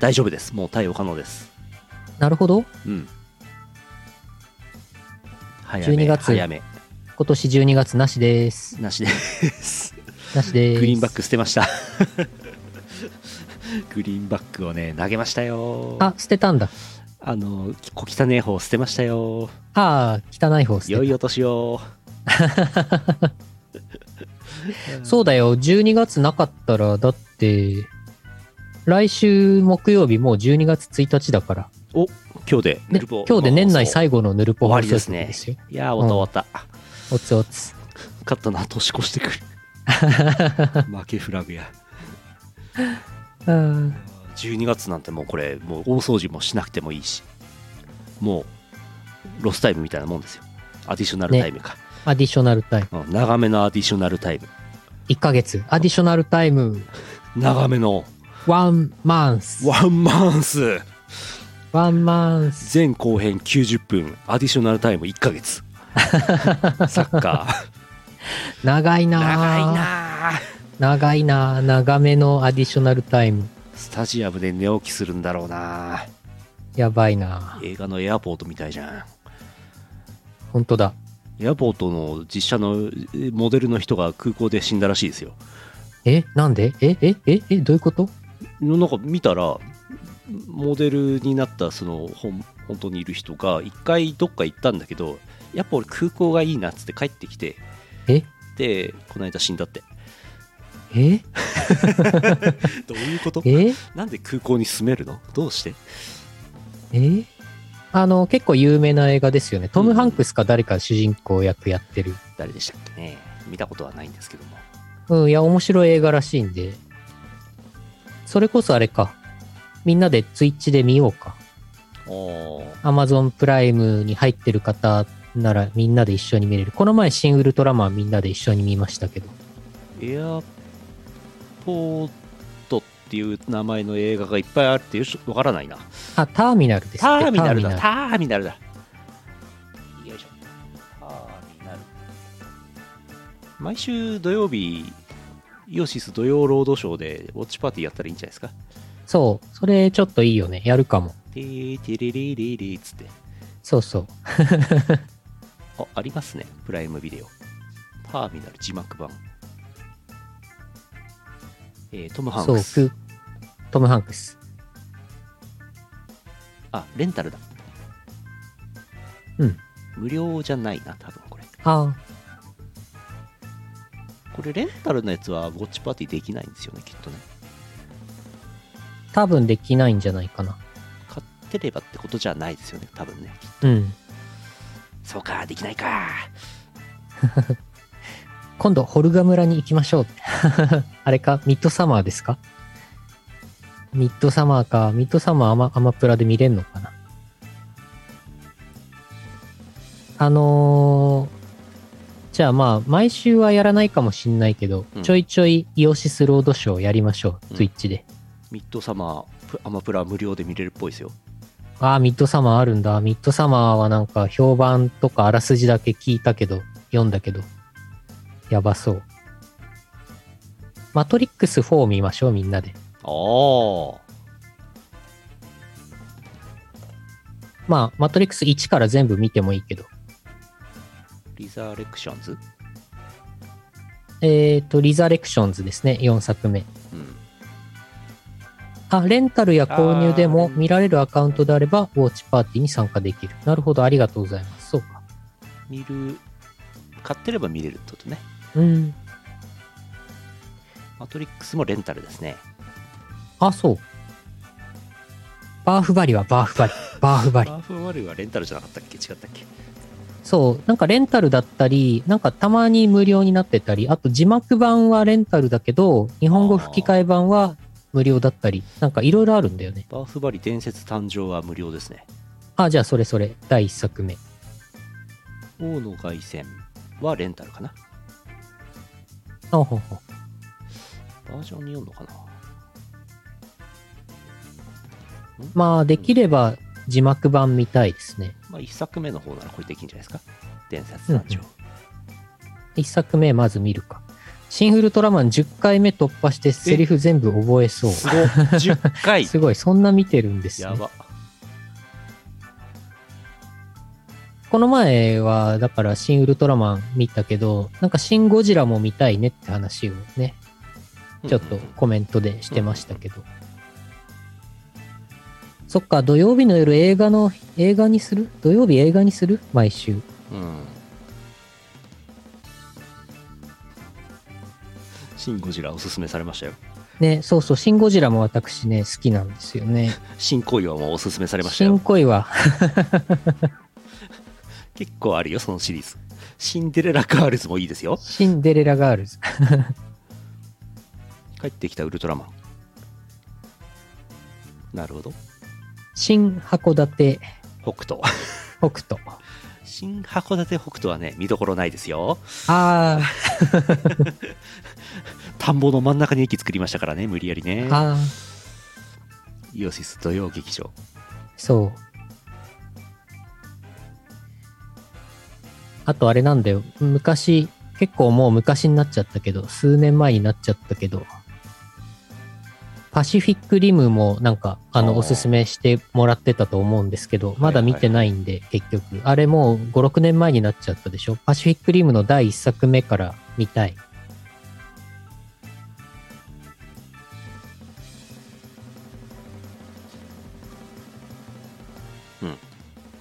Speaker 2: 大丈夫です。もう対応可能です。
Speaker 1: なるほど。
Speaker 2: うん。早め、
Speaker 1: 12月
Speaker 2: 早め。
Speaker 1: 今年12月なしです。
Speaker 2: なしです。
Speaker 1: なしです。
Speaker 2: グリーンバック捨てました。 グリーンバックをね、投げましたよ。
Speaker 1: あ、捨てたんだ。
Speaker 2: あの、小汚ねえ方捨てましたよ。
Speaker 1: ああ、汚い方捨てた。
Speaker 2: 良いお年を。
Speaker 1: そうだよ、12月なかったら、だって、来週木曜日もう12月1日だから。
Speaker 2: 今日で、
Speaker 1: ね、今日で年内最後のぬるぽ
Speaker 2: 終わ
Speaker 1: 放
Speaker 2: り
Speaker 1: 送
Speaker 2: です
Speaker 1: 局
Speaker 2: ね
Speaker 1: ですよ。。
Speaker 2: いやー、終わった終わっ
Speaker 1: おつおつ。
Speaker 2: た。勝ったな、年越してくる。 負けフラグや。
Speaker 1: うん
Speaker 2: 12月なんてもうこれ、もう大掃除もしなくてもいいし、もう、ロスタイムみたいなもんですよ。アディショナルタイムか。
Speaker 1: アディショナルタイム。
Speaker 2: うん長めのアディショナルタイム。
Speaker 1: 1ヶ月。アディショナルタイム。
Speaker 2: 長めの、
Speaker 1: ワンマンス。
Speaker 2: ワンマンス
Speaker 1: ワンマンス。
Speaker 2: 前後編90分アディショナルタイム1ヶ 月サッカー
Speaker 1: 長いな
Speaker 2: 長い
Speaker 1: ぁ
Speaker 2: なあ
Speaker 1: 長いなぁ長めのアディショナルタイム。
Speaker 2: スタジアムで寝起きするんだろうな
Speaker 1: やばいなぁ
Speaker 2: 映画のエアポートみたいじゃ
Speaker 1: ほんとだ。
Speaker 2: んエアポートの実写のえモデルの人が空港で死んだらしいですよ
Speaker 1: えなんでええええどういうこと
Speaker 2: なんか見たらモデルになったそのほん本当にいる人が一回どっか行ったんだけどやっぱ俺空港がいいなっつって帰ってきて
Speaker 1: え
Speaker 2: でこの間死んだって
Speaker 1: え
Speaker 2: どういうこと
Speaker 1: え
Speaker 2: なんで空港に住めるのどうして
Speaker 1: えあの、結構有名な映画ですよね。ト
Speaker 2: う
Speaker 1: ム・
Speaker 2: ん
Speaker 1: ハンクスか誰か主人公役やってる。
Speaker 2: 誰でしたっけね見たことはないんですけども
Speaker 1: うん、いや、面白い映画らしいんで。それこそあれか。みんなでツイッチで見ようか。
Speaker 2: おー
Speaker 1: Amazon プライムに入ってる方ならみんなで一緒に見れる。この前、新ウルトラマンみんなで一緒に見ましたけど。
Speaker 2: エアポートっていう名前の映画がいっぱいあるっていうしわからないな
Speaker 1: あ、ターミナルですって。
Speaker 2: ターミナル
Speaker 1: ター
Speaker 2: だ
Speaker 1: ミ
Speaker 2: ターミナルだよいしょターミナル毎週土曜日イオシス土曜ロードショーでウォッチパーティーやったらいいんじゃないですか
Speaker 1: そう。それちょっといいよね。やるかも。
Speaker 2: ティーティリリリリっつって
Speaker 1: そうそう。
Speaker 2: あありますねプライムビデオターミナル字幕版えートム・ハン
Speaker 1: そ
Speaker 2: ク
Speaker 1: う。
Speaker 2: ス
Speaker 1: くトム・ハンクス。
Speaker 2: あレンタルだ
Speaker 1: うん
Speaker 2: 無料じゃないな多分これ
Speaker 1: あ
Speaker 2: これレンタルのやつはウォッチパーティーできないんですよねきっとね
Speaker 1: ー多分できないんじゃないかな。
Speaker 2: 買ってればってことじゃないですよね多分ね
Speaker 1: うん。
Speaker 2: そうかできないか
Speaker 1: 今度、ホルガ村に行きましょう。 あれか、ミッドサマーですかミッドサマーか、ミッドサマーアマアマプラで見れんのかなあのーじゃあまあ、毎週はやらないかもしんないけど、
Speaker 2: うん
Speaker 1: ちょいちょいイオシスロードショーやりましょう、
Speaker 2: うん
Speaker 1: ツイッチで。
Speaker 2: ミッドサマープアマプラ無料で見れるっぽいですよ
Speaker 1: ああ、ミッドサマーあるんだ。ミッドサマーはなんか評判とかあらすじだけ聞いたけど、読んだけど、やばそう。マトリックス4見ましょう、みんなで。
Speaker 2: あ
Speaker 1: まあ、マトリックス1から全部見てもいいけど。
Speaker 2: あリザレクションズ
Speaker 1: えっ、と、リザレクションズですね、4作目。
Speaker 2: うん
Speaker 1: あ、レンタルや購入で
Speaker 2: あ
Speaker 1: も
Speaker 2: ー
Speaker 1: 見られるアカウントであれば、ウォッチパーティーに参加できる。なるほど、ありがとうございます。そうか。
Speaker 2: 見る買ってれば見れるってことね
Speaker 1: うん。
Speaker 2: マトリックスもレンタルですね
Speaker 1: あ、そう。バーフバリはバーフバリ。バーフバリ。
Speaker 2: ハーフワルはレンタルじゃなかったっけ違ったっけ
Speaker 1: そう、なんかレンタルだったり、なんかたまに無料になってたり、あと字幕版はレンタルだけど、日本語吹き替え版は無料だったり、なんかいろいろあるんだよね。
Speaker 2: バーフバリ伝説誕生は無料ですね
Speaker 1: あ、じゃあそれそれ、第1作目。
Speaker 2: 王の凱旋はレンタルかな
Speaker 1: あほうほう
Speaker 2: バージョンによるのかな
Speaker 1: まあ、できれば字幕版見たいですね。
Speaker 2: まあ、1作目の方ならこれできるんじゃないですか伝説誕生、
Speaker 1: うん1作目まず見るか。シン・ウルトラマン10回目突破してセリフ全部覚えそう。
Speaker 2: すごっ10 回
Speaker 1: すごい、そんな見てるんです
Speaker 2: や
Speaker 1: ね。
Speaker 2: ば
Speaker 1: この前は、だから、シン・ウルトラマン見たけど、なんか、シン・ゴジラも見たいねって話をね、ちょっと
Speaker 2: うんうんうん
Speaker 1: コメントでしてましたけど。そっか、土曜日の夜映画の、映画にする土曜日映画にする毎週。
Speaker 2: うん。シン・ゴジラおすすめされましたよ。
Speaker 1: ね、そうそう、シン・ゴジラも私ね、好きなんですよ ね。
Speaker 2: シン・コイワもおすすめされました
Speaker 1: シン・
Speaker 2: よ。
Speaker 1: コイは、
Speaker 2: 結構あるよ、そのシリーズ。シンデレラ・ガールズもいいですよ。
Speaker 1: シンデレラ・ガールズ。
Speaker 2: 帰ってきたウルトラマン。なるほど。
Speaker 1: シン・函館、
Speaker 2: 北斗。
Speaker 1: 北斗。
Speaker 2: 新函館北斗はね、見どころないですよ。
Speaker 1: あー、
Speaker 2: 田んぼの真ん中に駅作りましたからね、無理やりね。
Speaker 1: あー。
Speaker 2: イオシス土曜劇場。
Speaker 1: そう。あとあれなんだよ。昔、結構もう昔になっちゃったけど、数年前になっちゃったけど、パシフィックリムもなんか、あ
Speaker 2: あー
Speaker 1: の、おすすめしてもらってたと思うんですけど、まだ見てないんで、結局。あれもう5、6年前になっちゃったでしょパシフィックリムの第1作目から見たい。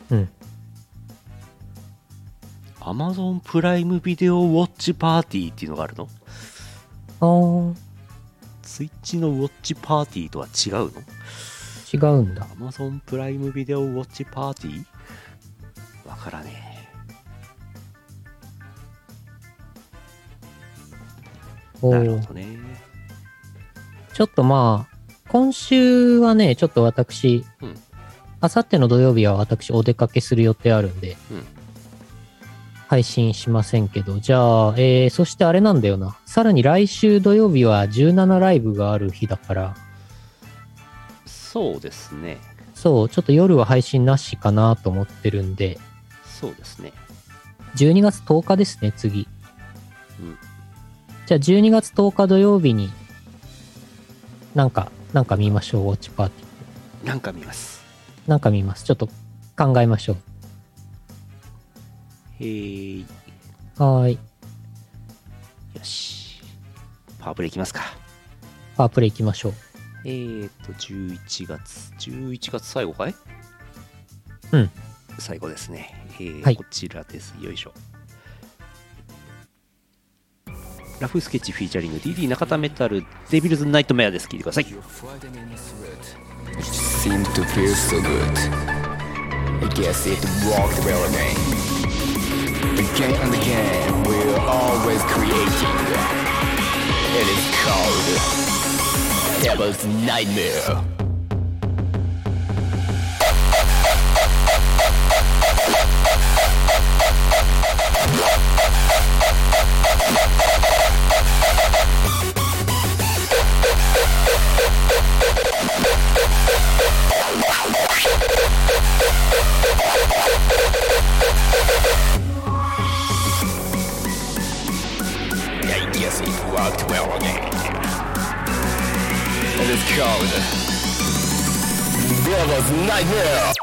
Speaker 1: うん。
Speaker 2: アマゾンプライムビデオウォッチパーティーっていうのがあるの
Speaker 1: あー、
Speaker 2: ツイッチのウォッチパーティーとは違うの
Speaker 1: 違うんだ。
Speaker 2: アマゾンプライムビデオウォッチパーティーわからねえ。
Speaker 1: お
Speaker 2: なる
Speaker 1: ー
Speaker 2: ほどね。
Speaker 1: ちょっとまあ、今週はね、ちょっと私
Speaker 2: うん、
Speaker 1: あさっての土曜日は私お出かけする予定あるんで、
Speaker 2: うん
Speaker 1: 配信しませんけど、じゃあ、えー、そしてあれなんだよな。さらに来週土曜日は17ライブがある日だから、
Speaker 2: そうですね。
Speaker 1: そう、ちょっと夜は配信なしかなと思ってるんで、
Speaker 2: そうですね。
Speaker 1: 12月10日ですね、次。
Speaker 2: うん
Speaker 1: じゃあ12月10日土曜日に、なんか、なんか見ましょう、ウォッチパーティー。
Speaker 2: なんか見ます。
Speaker 1: なんか見ます。ちょっと考えましょ
Speaker 2: へえ、よ
Speaker 1: う。はーい。
Speaker 2: し。パワープレイいきますか。
Speaker 1: パワープレイ行きましょう。
Speaker 2: えーと、11月。11月最後かい
Speaker 1: うん。
Speaker 2: 最後ですね。えー
Speaker 1: はい
Speaker 2: こちらです。よいしょ。ラフスケッチフィーチャリング DD 中田メタルデビルズナイトメアです。聞いてください。
Speaker 4: You're fighting in a threat, which seemed to feel so good. I guess it worked well again. Again and again, we're always creating. It is called Devil's Nightmare. I guess it worked well again. It is called Devil's Nightmare.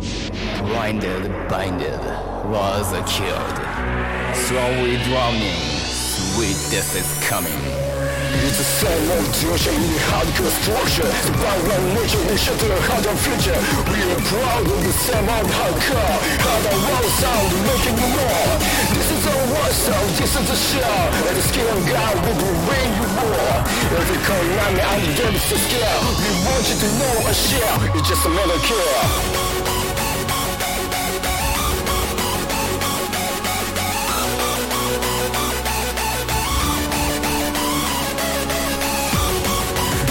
Speaker 4: 'Blinded, blinded, was killed. Slowly drowning, sweet death is coming. It's a sign of destruction in hard construction. The background nature will shatter hard and future. We are proud of the sound of hardcore. Hard and wild sound, making you more. This is our war sound, this is the show. And the skill of God will be way you more. If you call none, I'm them to scale. We want you to know and share. It's just a matter of care.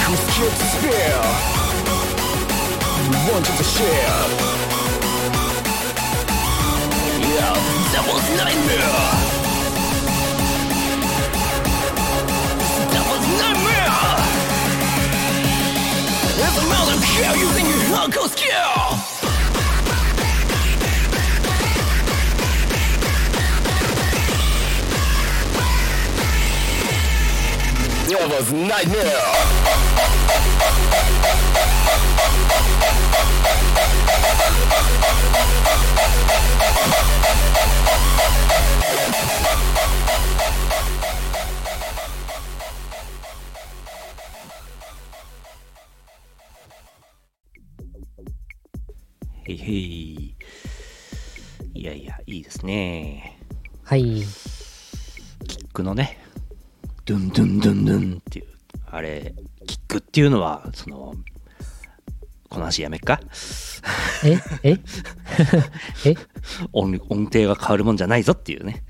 Speaker 4: Who's scared to spare? We wanted to share. Yeah, that was nightmare. That was nightmare. It's a mountain kill using your hardcore skill. That was nightmare.
Speaker 2: へいへい。いやいや、いいですね。
Speaker 1: はい。
Speaker 2: キックのね、ドゥンドゥンドゥンドゥンっていう、あれ、キックっていうのは、その、この話やめっか
Speaker 1: ええ え
Speaker 2: 音音程が変わるもんじゃないぞっていうね、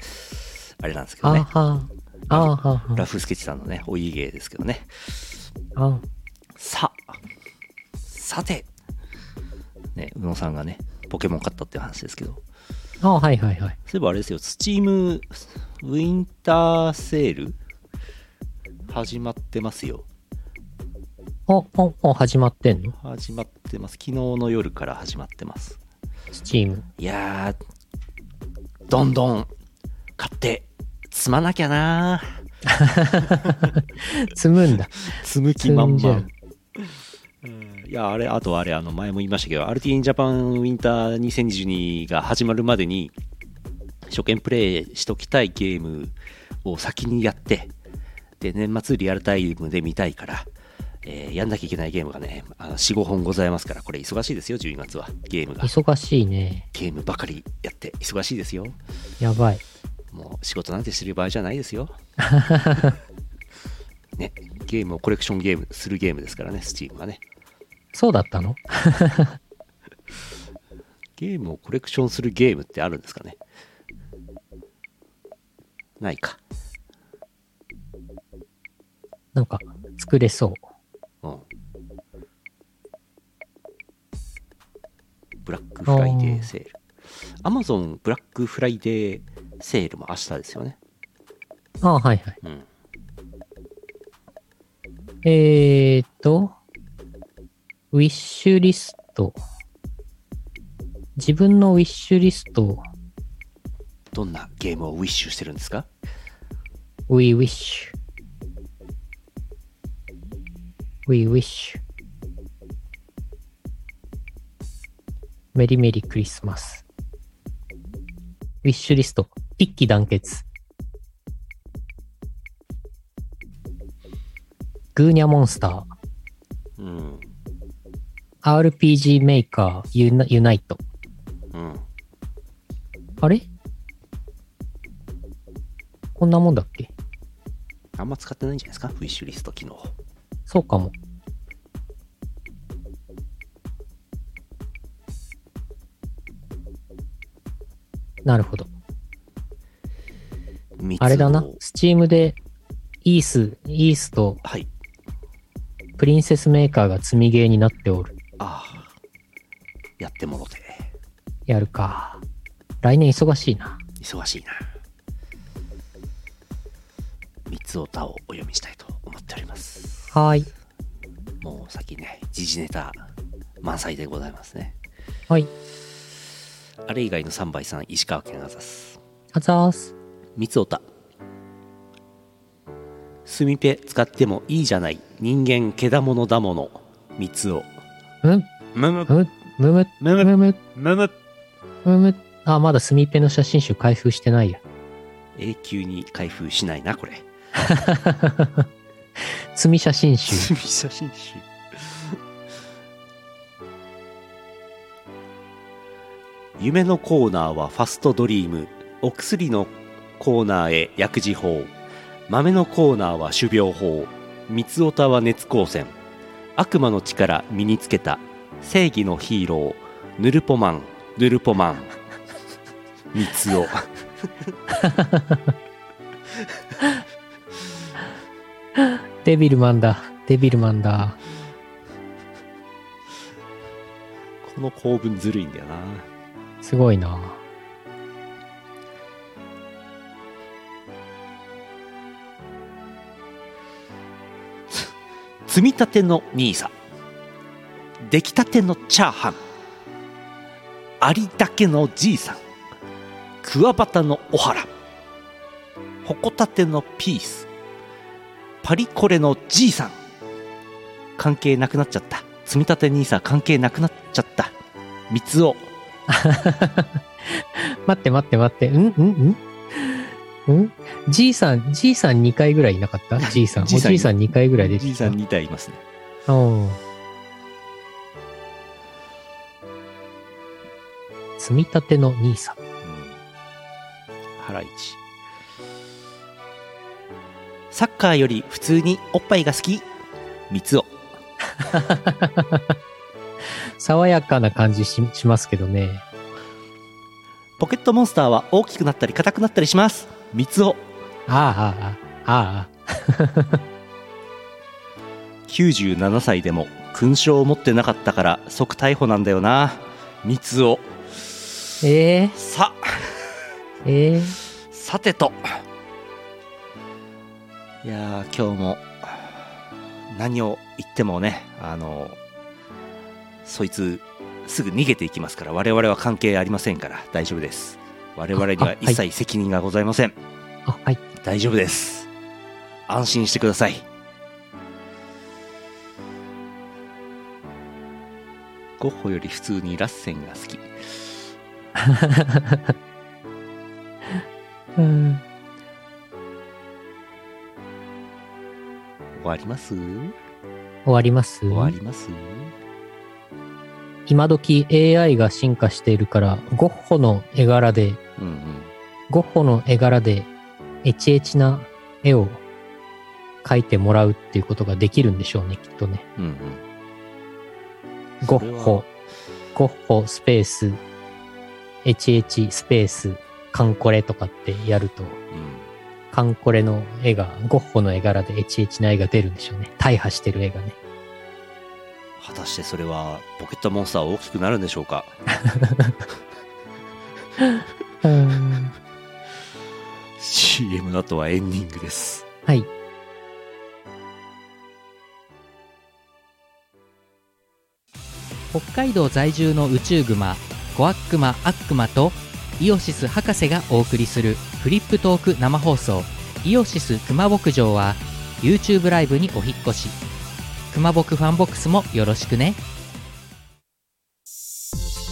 Speaker 2: あれなんですけ
Speaker 1: あ
Speaker 2: どね。
Speaker 1: はあ。あはあ。
Speaker 2: ラフスケッチさんのね、お家芸ですけどね。
Speaker 1: あ
Speaker 2: さ、さて、ね、宇野さんがね、ポケモン買ったっていう話ですけど、
Speaker 1: あ、はいはいはい。
Speaker 2: そういえばあれですよ、スチーム、ウィンターセール、始まってますよ。
Speaker 1: お、ポンポン始まってんの
Speaker 2: 始まってます。昨日の夜から始まってます。
Speaker 1: スチーム。
Speaker 2: いやー、どんどん買って、積まなきゃなー。
Speaker 1: 積むんだ。
Speaker 2: 積む気満
Speaker 1: 積んじゃう
Speaker 2: 々。うんいや、あれ、あとあれ、あの、前も言いましたけど、アルティーンジャパンウィンター2022が始まるまでに、初見プレイしときたいゲームを先にやって、で、年末リアルタイムで見たいから、えーやんなきゃいけないゲームがね、あの4、5本ございますから、これ忙しいですよ、12月は。ゲームが。
Speaker 1: 忙しいね。
Speaker 2: ゲームばかりやって忙しいですよ。
Speaker 1: やばい。
Speaker 2: もう仕事なんてしてる場合じゃないで すよ。ね、ゲームをコレクションゲームするゲームですからね、Steam はね。
Speaker 1: そうだったの
Speaker 2: ゲームをコレクションするゲームってあるんですかねないか。
Speaker 1: なんか、作れそう。
Speaker 2: うん。ブラックフライデーセール。Amazon ブラックフライデーセールも明日ですよね。
Speaker 1: あはいはい。
Speaker 2: うん。
Speaker 1: えーっと、ウィッシュリスト。自分のウィッシュリストを、
Speaker 2: どんなゲームをウィッシュしてるんですか
Speaker 1: we wish。we wish。メリメリクリスマス。ウィッシュリスト。一気団結。グーニャモンスター。
Speaker 2: うん。
Speaker 1: RPG メーカーユナユナイト。
Speaker 2: うん。
Speaker 1: あれこんなもんだっけ
Speaker 2: あんま使ってないんじゃないですかフィッシュリスト機能。
Speaker 1: そうかも。なるほど。
Speaker 2: 密度
Speaker 1: あれだな。スチームでイース、イースと
Speaker 2: はい。
Speaker 1: プリンセスメーカーが積みゲーになっておる。
Speaker 2: ああ。やってもろて。
Speaker 1: やるか。来年忙しいな。
Speaker 2: 忙しいな。三つおたをお読みしたいと思っております。
Speaker 1: はーい。
Speaker 2: もう先ね、時事ネタ満載でございますね。
Speaker 1: はい。
Speaker 2: あれ以外の3倍さん、石川県あざす。
Speaker 1: あざーす。
Speaker 2: 三つおた。スミペ使ってもいいじゃない。人間、けだものだもの。三つお。
Speaker 1: む、
Speaker 2: むむ、
Speaker 1: む、むむ、
Speaker 2: む
Speaker 1: む
Speaker 2: む、
Speaker 1: む、
Speaker 2: むむ。
Speaker 1: むむ。あ、まだスミペの写真集開封してないや。
Speaker 2: 永久に開封しないな、これ。
Speaker 1: 積み写真集。
Speaker 2: スミ写真集。夢のコーナーはファストドリーム。お薬のコーナーへ薬事法。豆のコーナーは種苗法。三つおたは熱光線。悪魔の力身につけた。正義のヒーロー。ヌルポマン、ヌルポマン。三つお。
Speaker 1: デビルマンだ。デビルマンだ。
Speaker 2: この構文ずるいんだよな。
Speaker 1: すごいな。
Speaker 2: 積み立てのニーサ出来たてのチャーハンありだけのじいさんくわばたのおはらほこたてのピースパリコレのじいさん関係なくなっちゃった積み立てニーサ関係なくなっちゃった三つお
Speaker 1: 待って待って待って。んんんんじいさん、じいさん2回ぐらいいなか ったじいさん。お
Speaker 2: じいさん
Speaker 1: じいさん2回ぐらい出て
Speaker 2: じい
Speaker 1: き
Speaker 2: さ
Speaker 1: た。
Speaker 2: ん2体いますね
Speaker 1: おう積み立ての兄さん。
Speaker 2: ハライチサッカーより普通におっぱいが好き三つお
Speaker 1: 爽やかな感じししますけどね。
Speaker 2: ポケットモンスターは大きくなったり硬くなったりします三つお
Speaker 1: ああ、ああ、ああ。
Speaker 2: 97歳でも勲章を持ってなかったから即逮捕なんだよな三つお
Speaker 1: ええ
Speaker 2: さ
Speaker 1: ええ
Speaker 2: さてといやー今日も何を言ってもねあのそいつすぐ逃げていきますから我々は関係ありませんから大丈夫です我々に
Speaker 1: あ
Speaker 2: は
Speaker 1: はい
Speaker 2: 一切責任がございません、
Speaker 1: あ、はい。
Speaker 2: 大丈夫です安心してくださいゴッホより普通にラッセンが好き
Speaker 1: うん。
Speaker 2: 終わります
Speaker 1: 終わります
Speaker 2: 終わります
Speaker 1: 今時 AI が進化しているから、ゴッホの絵柄で、
Speaker 2: うんうん
Speaker 1: ゴッホの絵柄で、エチエチな絵を描いてもらうっていうことができるんでしょうね、きっとね。
Speaker 2: うんうん
Speaker 1: ゴッホ、ゴッホスペース、エチエチスペース、カンコレとかってやると、
Speaker 2: う
Speaker 1: カンコレの絵が、ゴッホの絵柄でエチエチな絵が出るんでしょうね。大破してる絵がね。
Speaker 2: ん、果たしてそれはポケットモンスターは大きくなるんでしょうか
Speaker 1: うーん。
Speaker 2: CM の後はエンディングです
Speaker 1: はい。
Speaker 5: 北海道在住の宇宙グマコアックマアックマとイオシス博士がお送りするフリップトーク生放送「イオシス熊牧場」は YouTube ライブにお引っ越し熊牧ファンボックスもよろしくね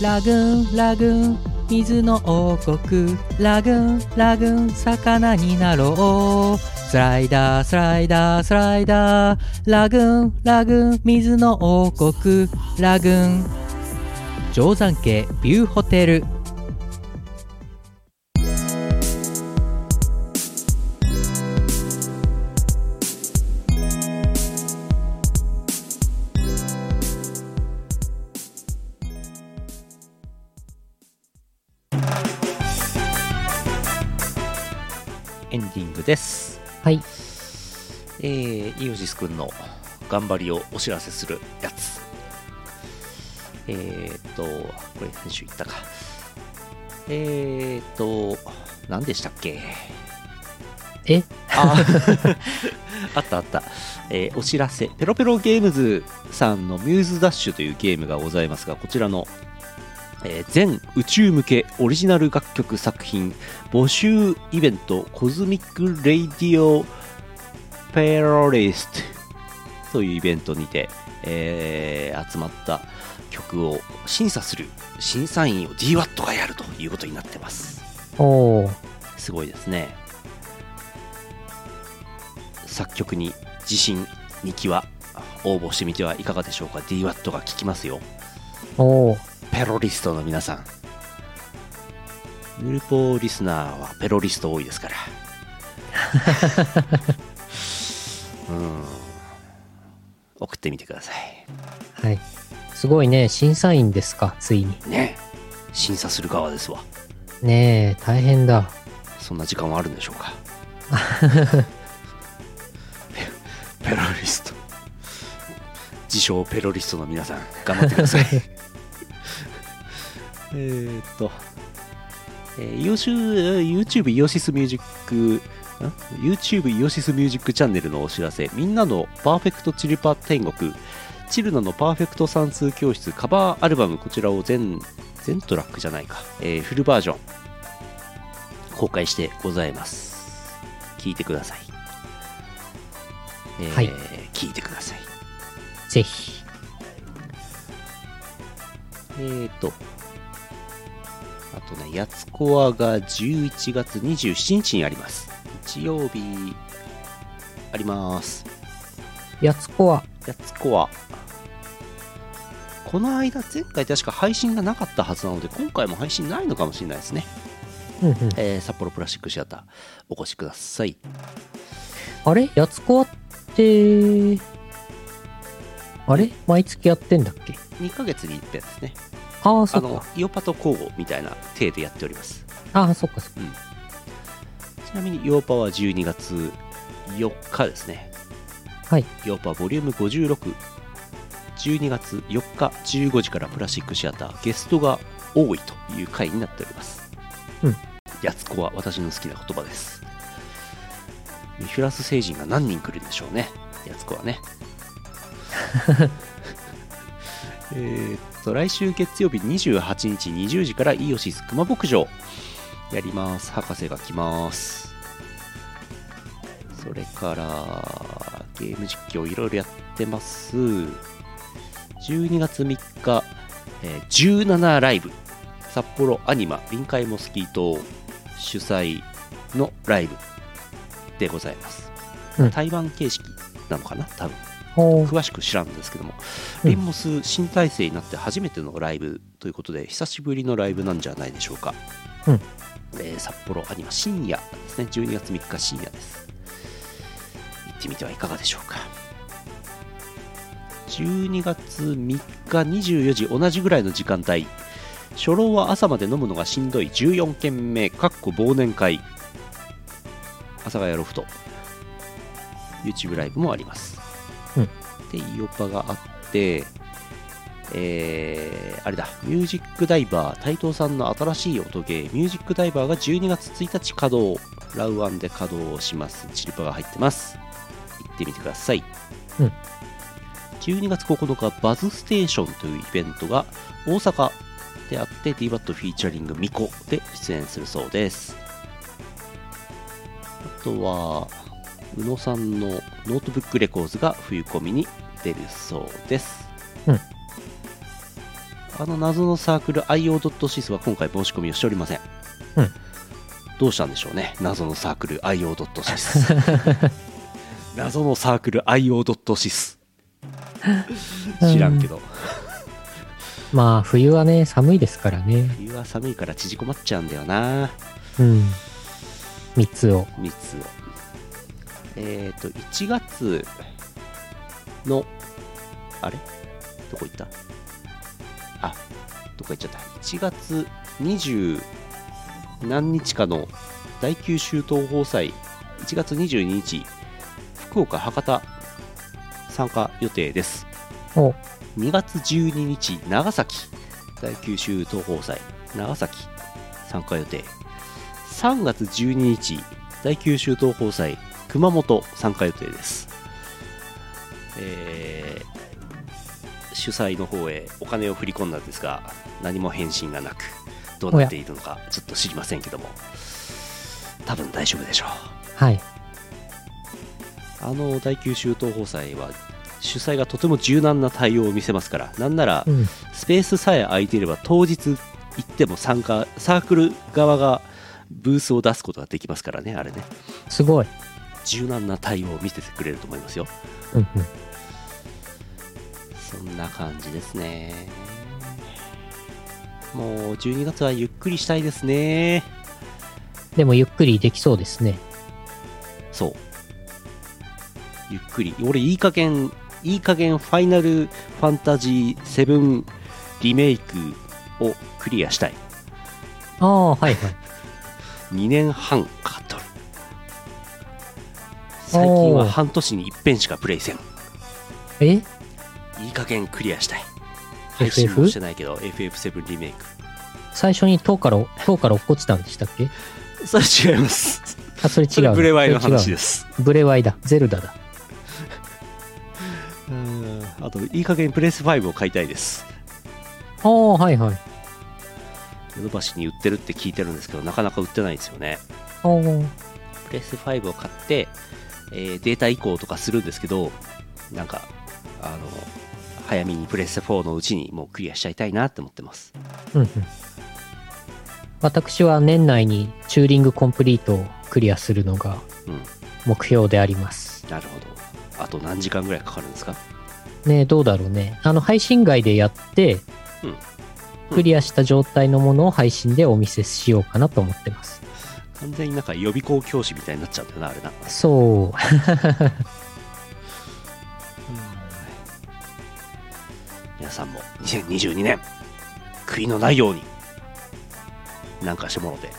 Speaker 5: ラグーンラグーン水の王国ラグーンラグーン魚になろうスライダー、スライダー、スライダー。ラグーン、ラグーン、水の王国、ラグーン。定山家ビューホテル。
Speaker 2: エンディングです。
Speaker 1: はい。
Speaker 2: えー、イオシスくんの頑張りをお知らせするやつ。えーっと、これ先週言ったか。えーっと、何でしたっけ
Speaker 1: え
Speaker 2: あ あったあった、えーお知らせペロペロゲームズさんの「ミューズダッシュ」というゲームがございますがこちらの、えー全宇宙向けオリジナル楽曲作品募集イベント「コズミック・レイディオ・ペロリスト」というイベントにて、えー集まった曲を審査する審査員を DWAT がやるということになってます
Speaker 1: おー。
Speaker 2: すごいですね作曲に自信にきは応募してみてはいかがでしょうか DWAT が効きますよ
Speaker 1: おー。
Speaker 2: ペロリストの皆さんヌルポリスナーはペロリスト多いですからうん送ってみてくださ
Speaker 1: はい。すごいね。審査員ですか、ついに。
Speaker 2: いね審査する側ですわ
Speaker 1: ねえ、大変だ。
Speaker 2: そんな時間はあるんでしょうかペペロリスト自称ペロリストの皆さん頑張ってください えーっと、えー、イオシュ YouTube イオシスミュージックん YouTube イオシスミュージックチャンネルのお知らせみんなのパーフェクトチルパ天国チルナのパーフェクト算数教室カバーアルバムこちらを全全トラックじゃないか、えーフルバージョン公開してございます聞いてください、えー
Speaker 1: はい
Speaker 2: 聞いてください
Speaker 1: ぜひ。
Speaker 2: えーとあとねやつこわが11月27日にあります日曜日あります
Speaker 1: やつこは、
Speaker 2: やつこわこの間前回確か配信がなかったはずなので今回も配信ないのかもしれないですね、
Speaker 1: うんうん、
Speaker 2: えー札幌プラスチックシアターお越しください
Speaker 1: あれやつこはって、あれ毎月やってんだっけ
Speaker 2: 2ヶ月に一遍ですね
Speaker 1: ああ、そ
Speaker 2: あ
Speaker 1: っ
Speaker 2: の
Speaker 1: か。
Speaker 2: イオパト交互みたいな体でやっております
Speaker 1: ああ、そっか、そっか。
Speaker 2: ちなみにヨーパは12月4日ですね
Speaker 1: はい
Speaker 2: ヨーパボリューム56 12月4日15時からプラスチックシアターゲストが多いという回になっております
Speaker 1: うん
Speaker 2: やつこは私の好きな言葉ですミフラス星人が何人来るんでしょうねやつこは ねえーっと来週月曜日28日20時からイオシス熊牧場やります博士が来ますそれからゲーム実況いろいろやってます12月3日、えー17ライブ札幌アニマ臨海モスキー島主催のライブでございます、
Speaker 1: うん
Speaker 2: 台湾形式なのかな多分
Speaker 1: おー
Speaker 2: 詳しく知らんですけども、
Speaker 1: うん
Speaker 2: リンモス新体制になって初めてのライブということで、久しぶりのライブなんじゃないでしょうか。
Speaker 1: うん
Speaker 2: えー札幌アニマ深夜ですね、12月3日深夜です。行ってみてはいかがでしょうか。12月3日24時同じぐらいの時間帯初老は朝まで飲むのがしんどい14軒目かっこ忘年会阿佐ヶ谷ロフト YouTube ライブもありますでイオパがあって、えー、あれだ、ミュージックダイバー、台東さんの新しい音ゲー、ミュージックダイバーが12月1日稼働、ラウアンで稼働します。チルパが入ってます。行ってみてください。
Speaker 1: うん
Speaker 2: 12月9日、バズステーションというイベントが大阪であって、DBAT フィーチャリングミコで出演するそうです。あとは、宇野さんのノートブックレコーズが冬コミに出るそうです、
Speaker 1: うん
Speaker 2: あの謎のサークル IO.SIS は今回申し込みをしておりません、
Speaker 1: うん
Speaker 2: どうしたんでしょうね謎のサーク ル IO.SIS 謎のサークル IO.SIS 知らんけど
Speaker 1: まあ、冬はね、寒いですからね。
Speaker 2: 冬は寒いから縮こまっちゃうんだよな
Speaker 1: うん。三つを。
Speaker 2: 密をえっ、と1月のあれどこ行ったあどこ行っちゃった1月20何日かの大九州東宝祭1月22日福岡博多参加予定です
Speaker 1: お
Speaker 2: 2月12日長崎大九州東宝祭長崎参加予定3月12日大九州東宝祭熊本参加予定です、えー主催の方へお金を振り込んだんですが何も返信がなくどうなっているのかちょっと知りませんけども多分大丈夫でしょう
Speaker 1: はい。
Speaker 2: あの大九州東宝祭は主催がとても柔軟な対応を見せますからなんなら
Speaker 1: うん。
Speaker 2: スペースさえ空いていれば当日行っても参加サークル側がブースを出すことができますからねあれね
Speaker 1: すごい。
Speaker 2: 柔軟な対応を見せてくれると思いますよ
Speaker 1: うんうん。
Speaker 2: そんな感じですねもう12月はゆっくりしたいですね
Speaker 1: でもゆっくりできそうですね。
Speaker 2: そうゆっくり俺いい加減いい加減ファイナルファンタジー7リメイクをクリアしたい
Speaker 1: ああ、はいはい。
Speaker 2: 2年半かかっとる最近は半年に一遍しかプレイせん
Speaker 1: え
Speaker 2: いい加減クリアしたい配信
Speaker 1: FF?
Speaker 2: もしてないけど FF7 リメイク
Speaker 1: 最初に塔から、塔から落っこちたんでしたっけ
Speaker 2: それ違います
Speaker 1: あ、それ
Speaker 2: そ
Speaker 1: 違
Speaker 2: れ
Speaker 1: う。。
Speaker 2: ブレワイの話ですす
Speaker 1: ブレワイだ。ゼルダだ。
Speaker 2: うんあといい加減プレス5を買いたいです
Speaker 1: ああ、はいはい。
Speaker 2: ヨドバシに売ってるって聞いてるんですけどなかなか売ってないんですよね
Speaker 1: あー
Speaker 2: プレス5を買って、えーデータ移行とかするんですけどなんかあの早めにプレス4のうちにもうクリアしちゃいたいなって思ってます
Speaker 1: うんうん。私は年内にチューリングコンプリートをクリアするのが
Speaker 2: うん
Speaker 1: 目標であります。
Speaker 2: なるほどあと何時間ぐらいかかるんですか
Speaker 1: ねどうだろうね。あの、配信外でやって、
Speaker 2: うんうん
Speaker 1: クリアした状態のものを配信でお見せしようかなと思ってます。
Speaker 2: 完全になんか予備校教師みたいになっちゃうんだよなあれな
Speaker 1: そう。
Speaker 2: 皆さんも2022年悔いのないようになんかしてもろて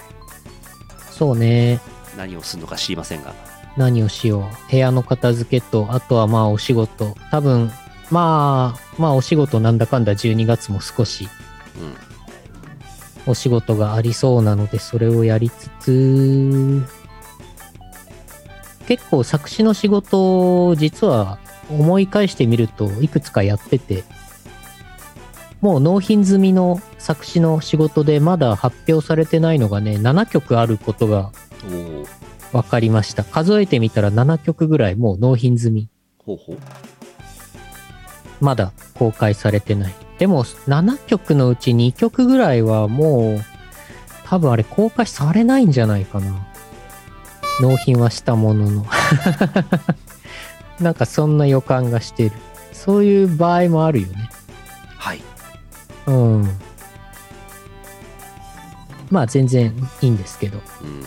Speaker 1: そうね。
Speaker 2: 何をするのか知りませんが
Speaker 1: 何をしよう。部屋の片付けと、あとはまあお仕事。多分、まあ、まあお仕事なんだかんだ12月も少し
Speaker 2: うん
Speaker 1: お仕事がありそうなので、それをやりつつ、結構作詞の仕事を実は思い返してみるといくつかやってて、もう納品済みの作詞の仕事でまだ発表されてないのがね、7曲あることが
Speaker 2: おお
Speaker 1: 分かりました。数えてみたら7曲ぐらいもう納品済み。
Speaker 2: ほうほう
Speaker 1: まだ公開されてない。でも、7曲のうち2曲ぐらいはもう、多分あれ公開されないんじゃないかな。納品はしたもの の。なんかそんな予感がしてる。そういう場合もあるよね。
Speaker 2: はい
Speaker 1: うん。まあ全然いいんですけど、
Speaker 2: うん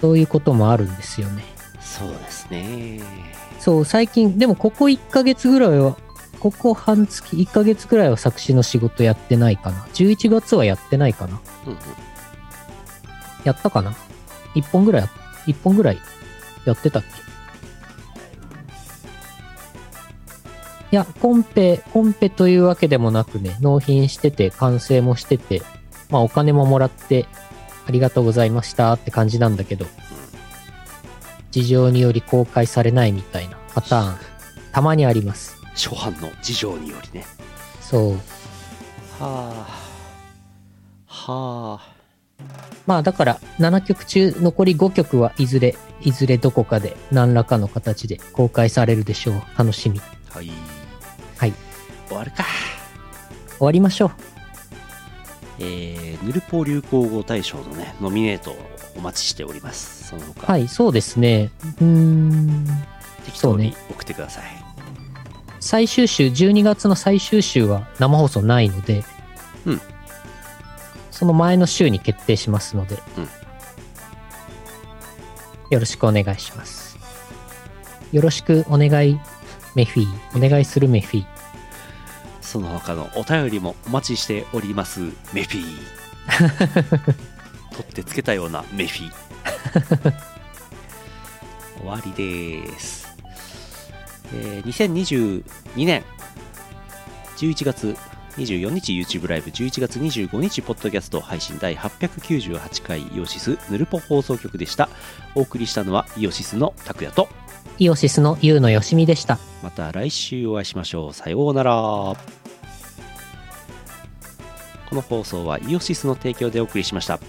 Speaker 1: そういうこともあるんですよね。
Speaker 2: そうですね
Speaker 1: そう、最近、でもここ1ヶ月ぐらいは、ここ半月、1ヶ月ぐらいは作詞の仕事やってないかな。11月はやってないかな。
Speaker 2: うんうん
Speaker 1: やったかな ?1 本ぐらい、1本ぐらいやってたっけいや、コンペ、コンペというわけでもなくね、納品してて、完成もしてて、まあお金ももらって、ありがとうございましたって感じなんだけど、事情により公開されないみたいなパターン、たまにあります。
Speaker 2: 初版の事情によりね
Speaker 1: そう。
Speaker 2: はあはあ
Speaker 1: まあだから7曲中残り5曲はいずれいずれどこかで何らかの形で公開されるでしょう楽しみ終
Speaker 2: はい
Speaker 1: はい
Speaker 2: 終わるか
Speaker 1: わりましょう
Speaker 2: ええー、ヌルポ流行語大賞のね、ノミネートをお待ちしております。その他、
Speaker 1: はい、そうですね。うーん。
Speaker 2: 適当に
Speaker 1: そ
Speaker 2: 送ってください。
Speaker 1: 最終週、12月の最終週は生放送ないので、
Speaker 2: うん
Speaker 1: その前の週に決定しますので、
Speaker 2: うん
Speaker 1: よろしくお願いします。よろしくお願い、メフィー。お願いするメフィー。
Speaker 2: その他のお便りもお待ちしております、メフィー。取ってつけたようなメフィー。終わりです。えー、2022年11月24日 YouTube ライブ11月25日ポッドキャスト配信第898回イオシスヌルポ放送局でしたお送りしたのはイオシスの拓也と
Speaker 1: イオシスのユウのよしみでした。
Speaker 2: また来週お会いしましょうさようならこの放送はイオシスの提供でお送りしました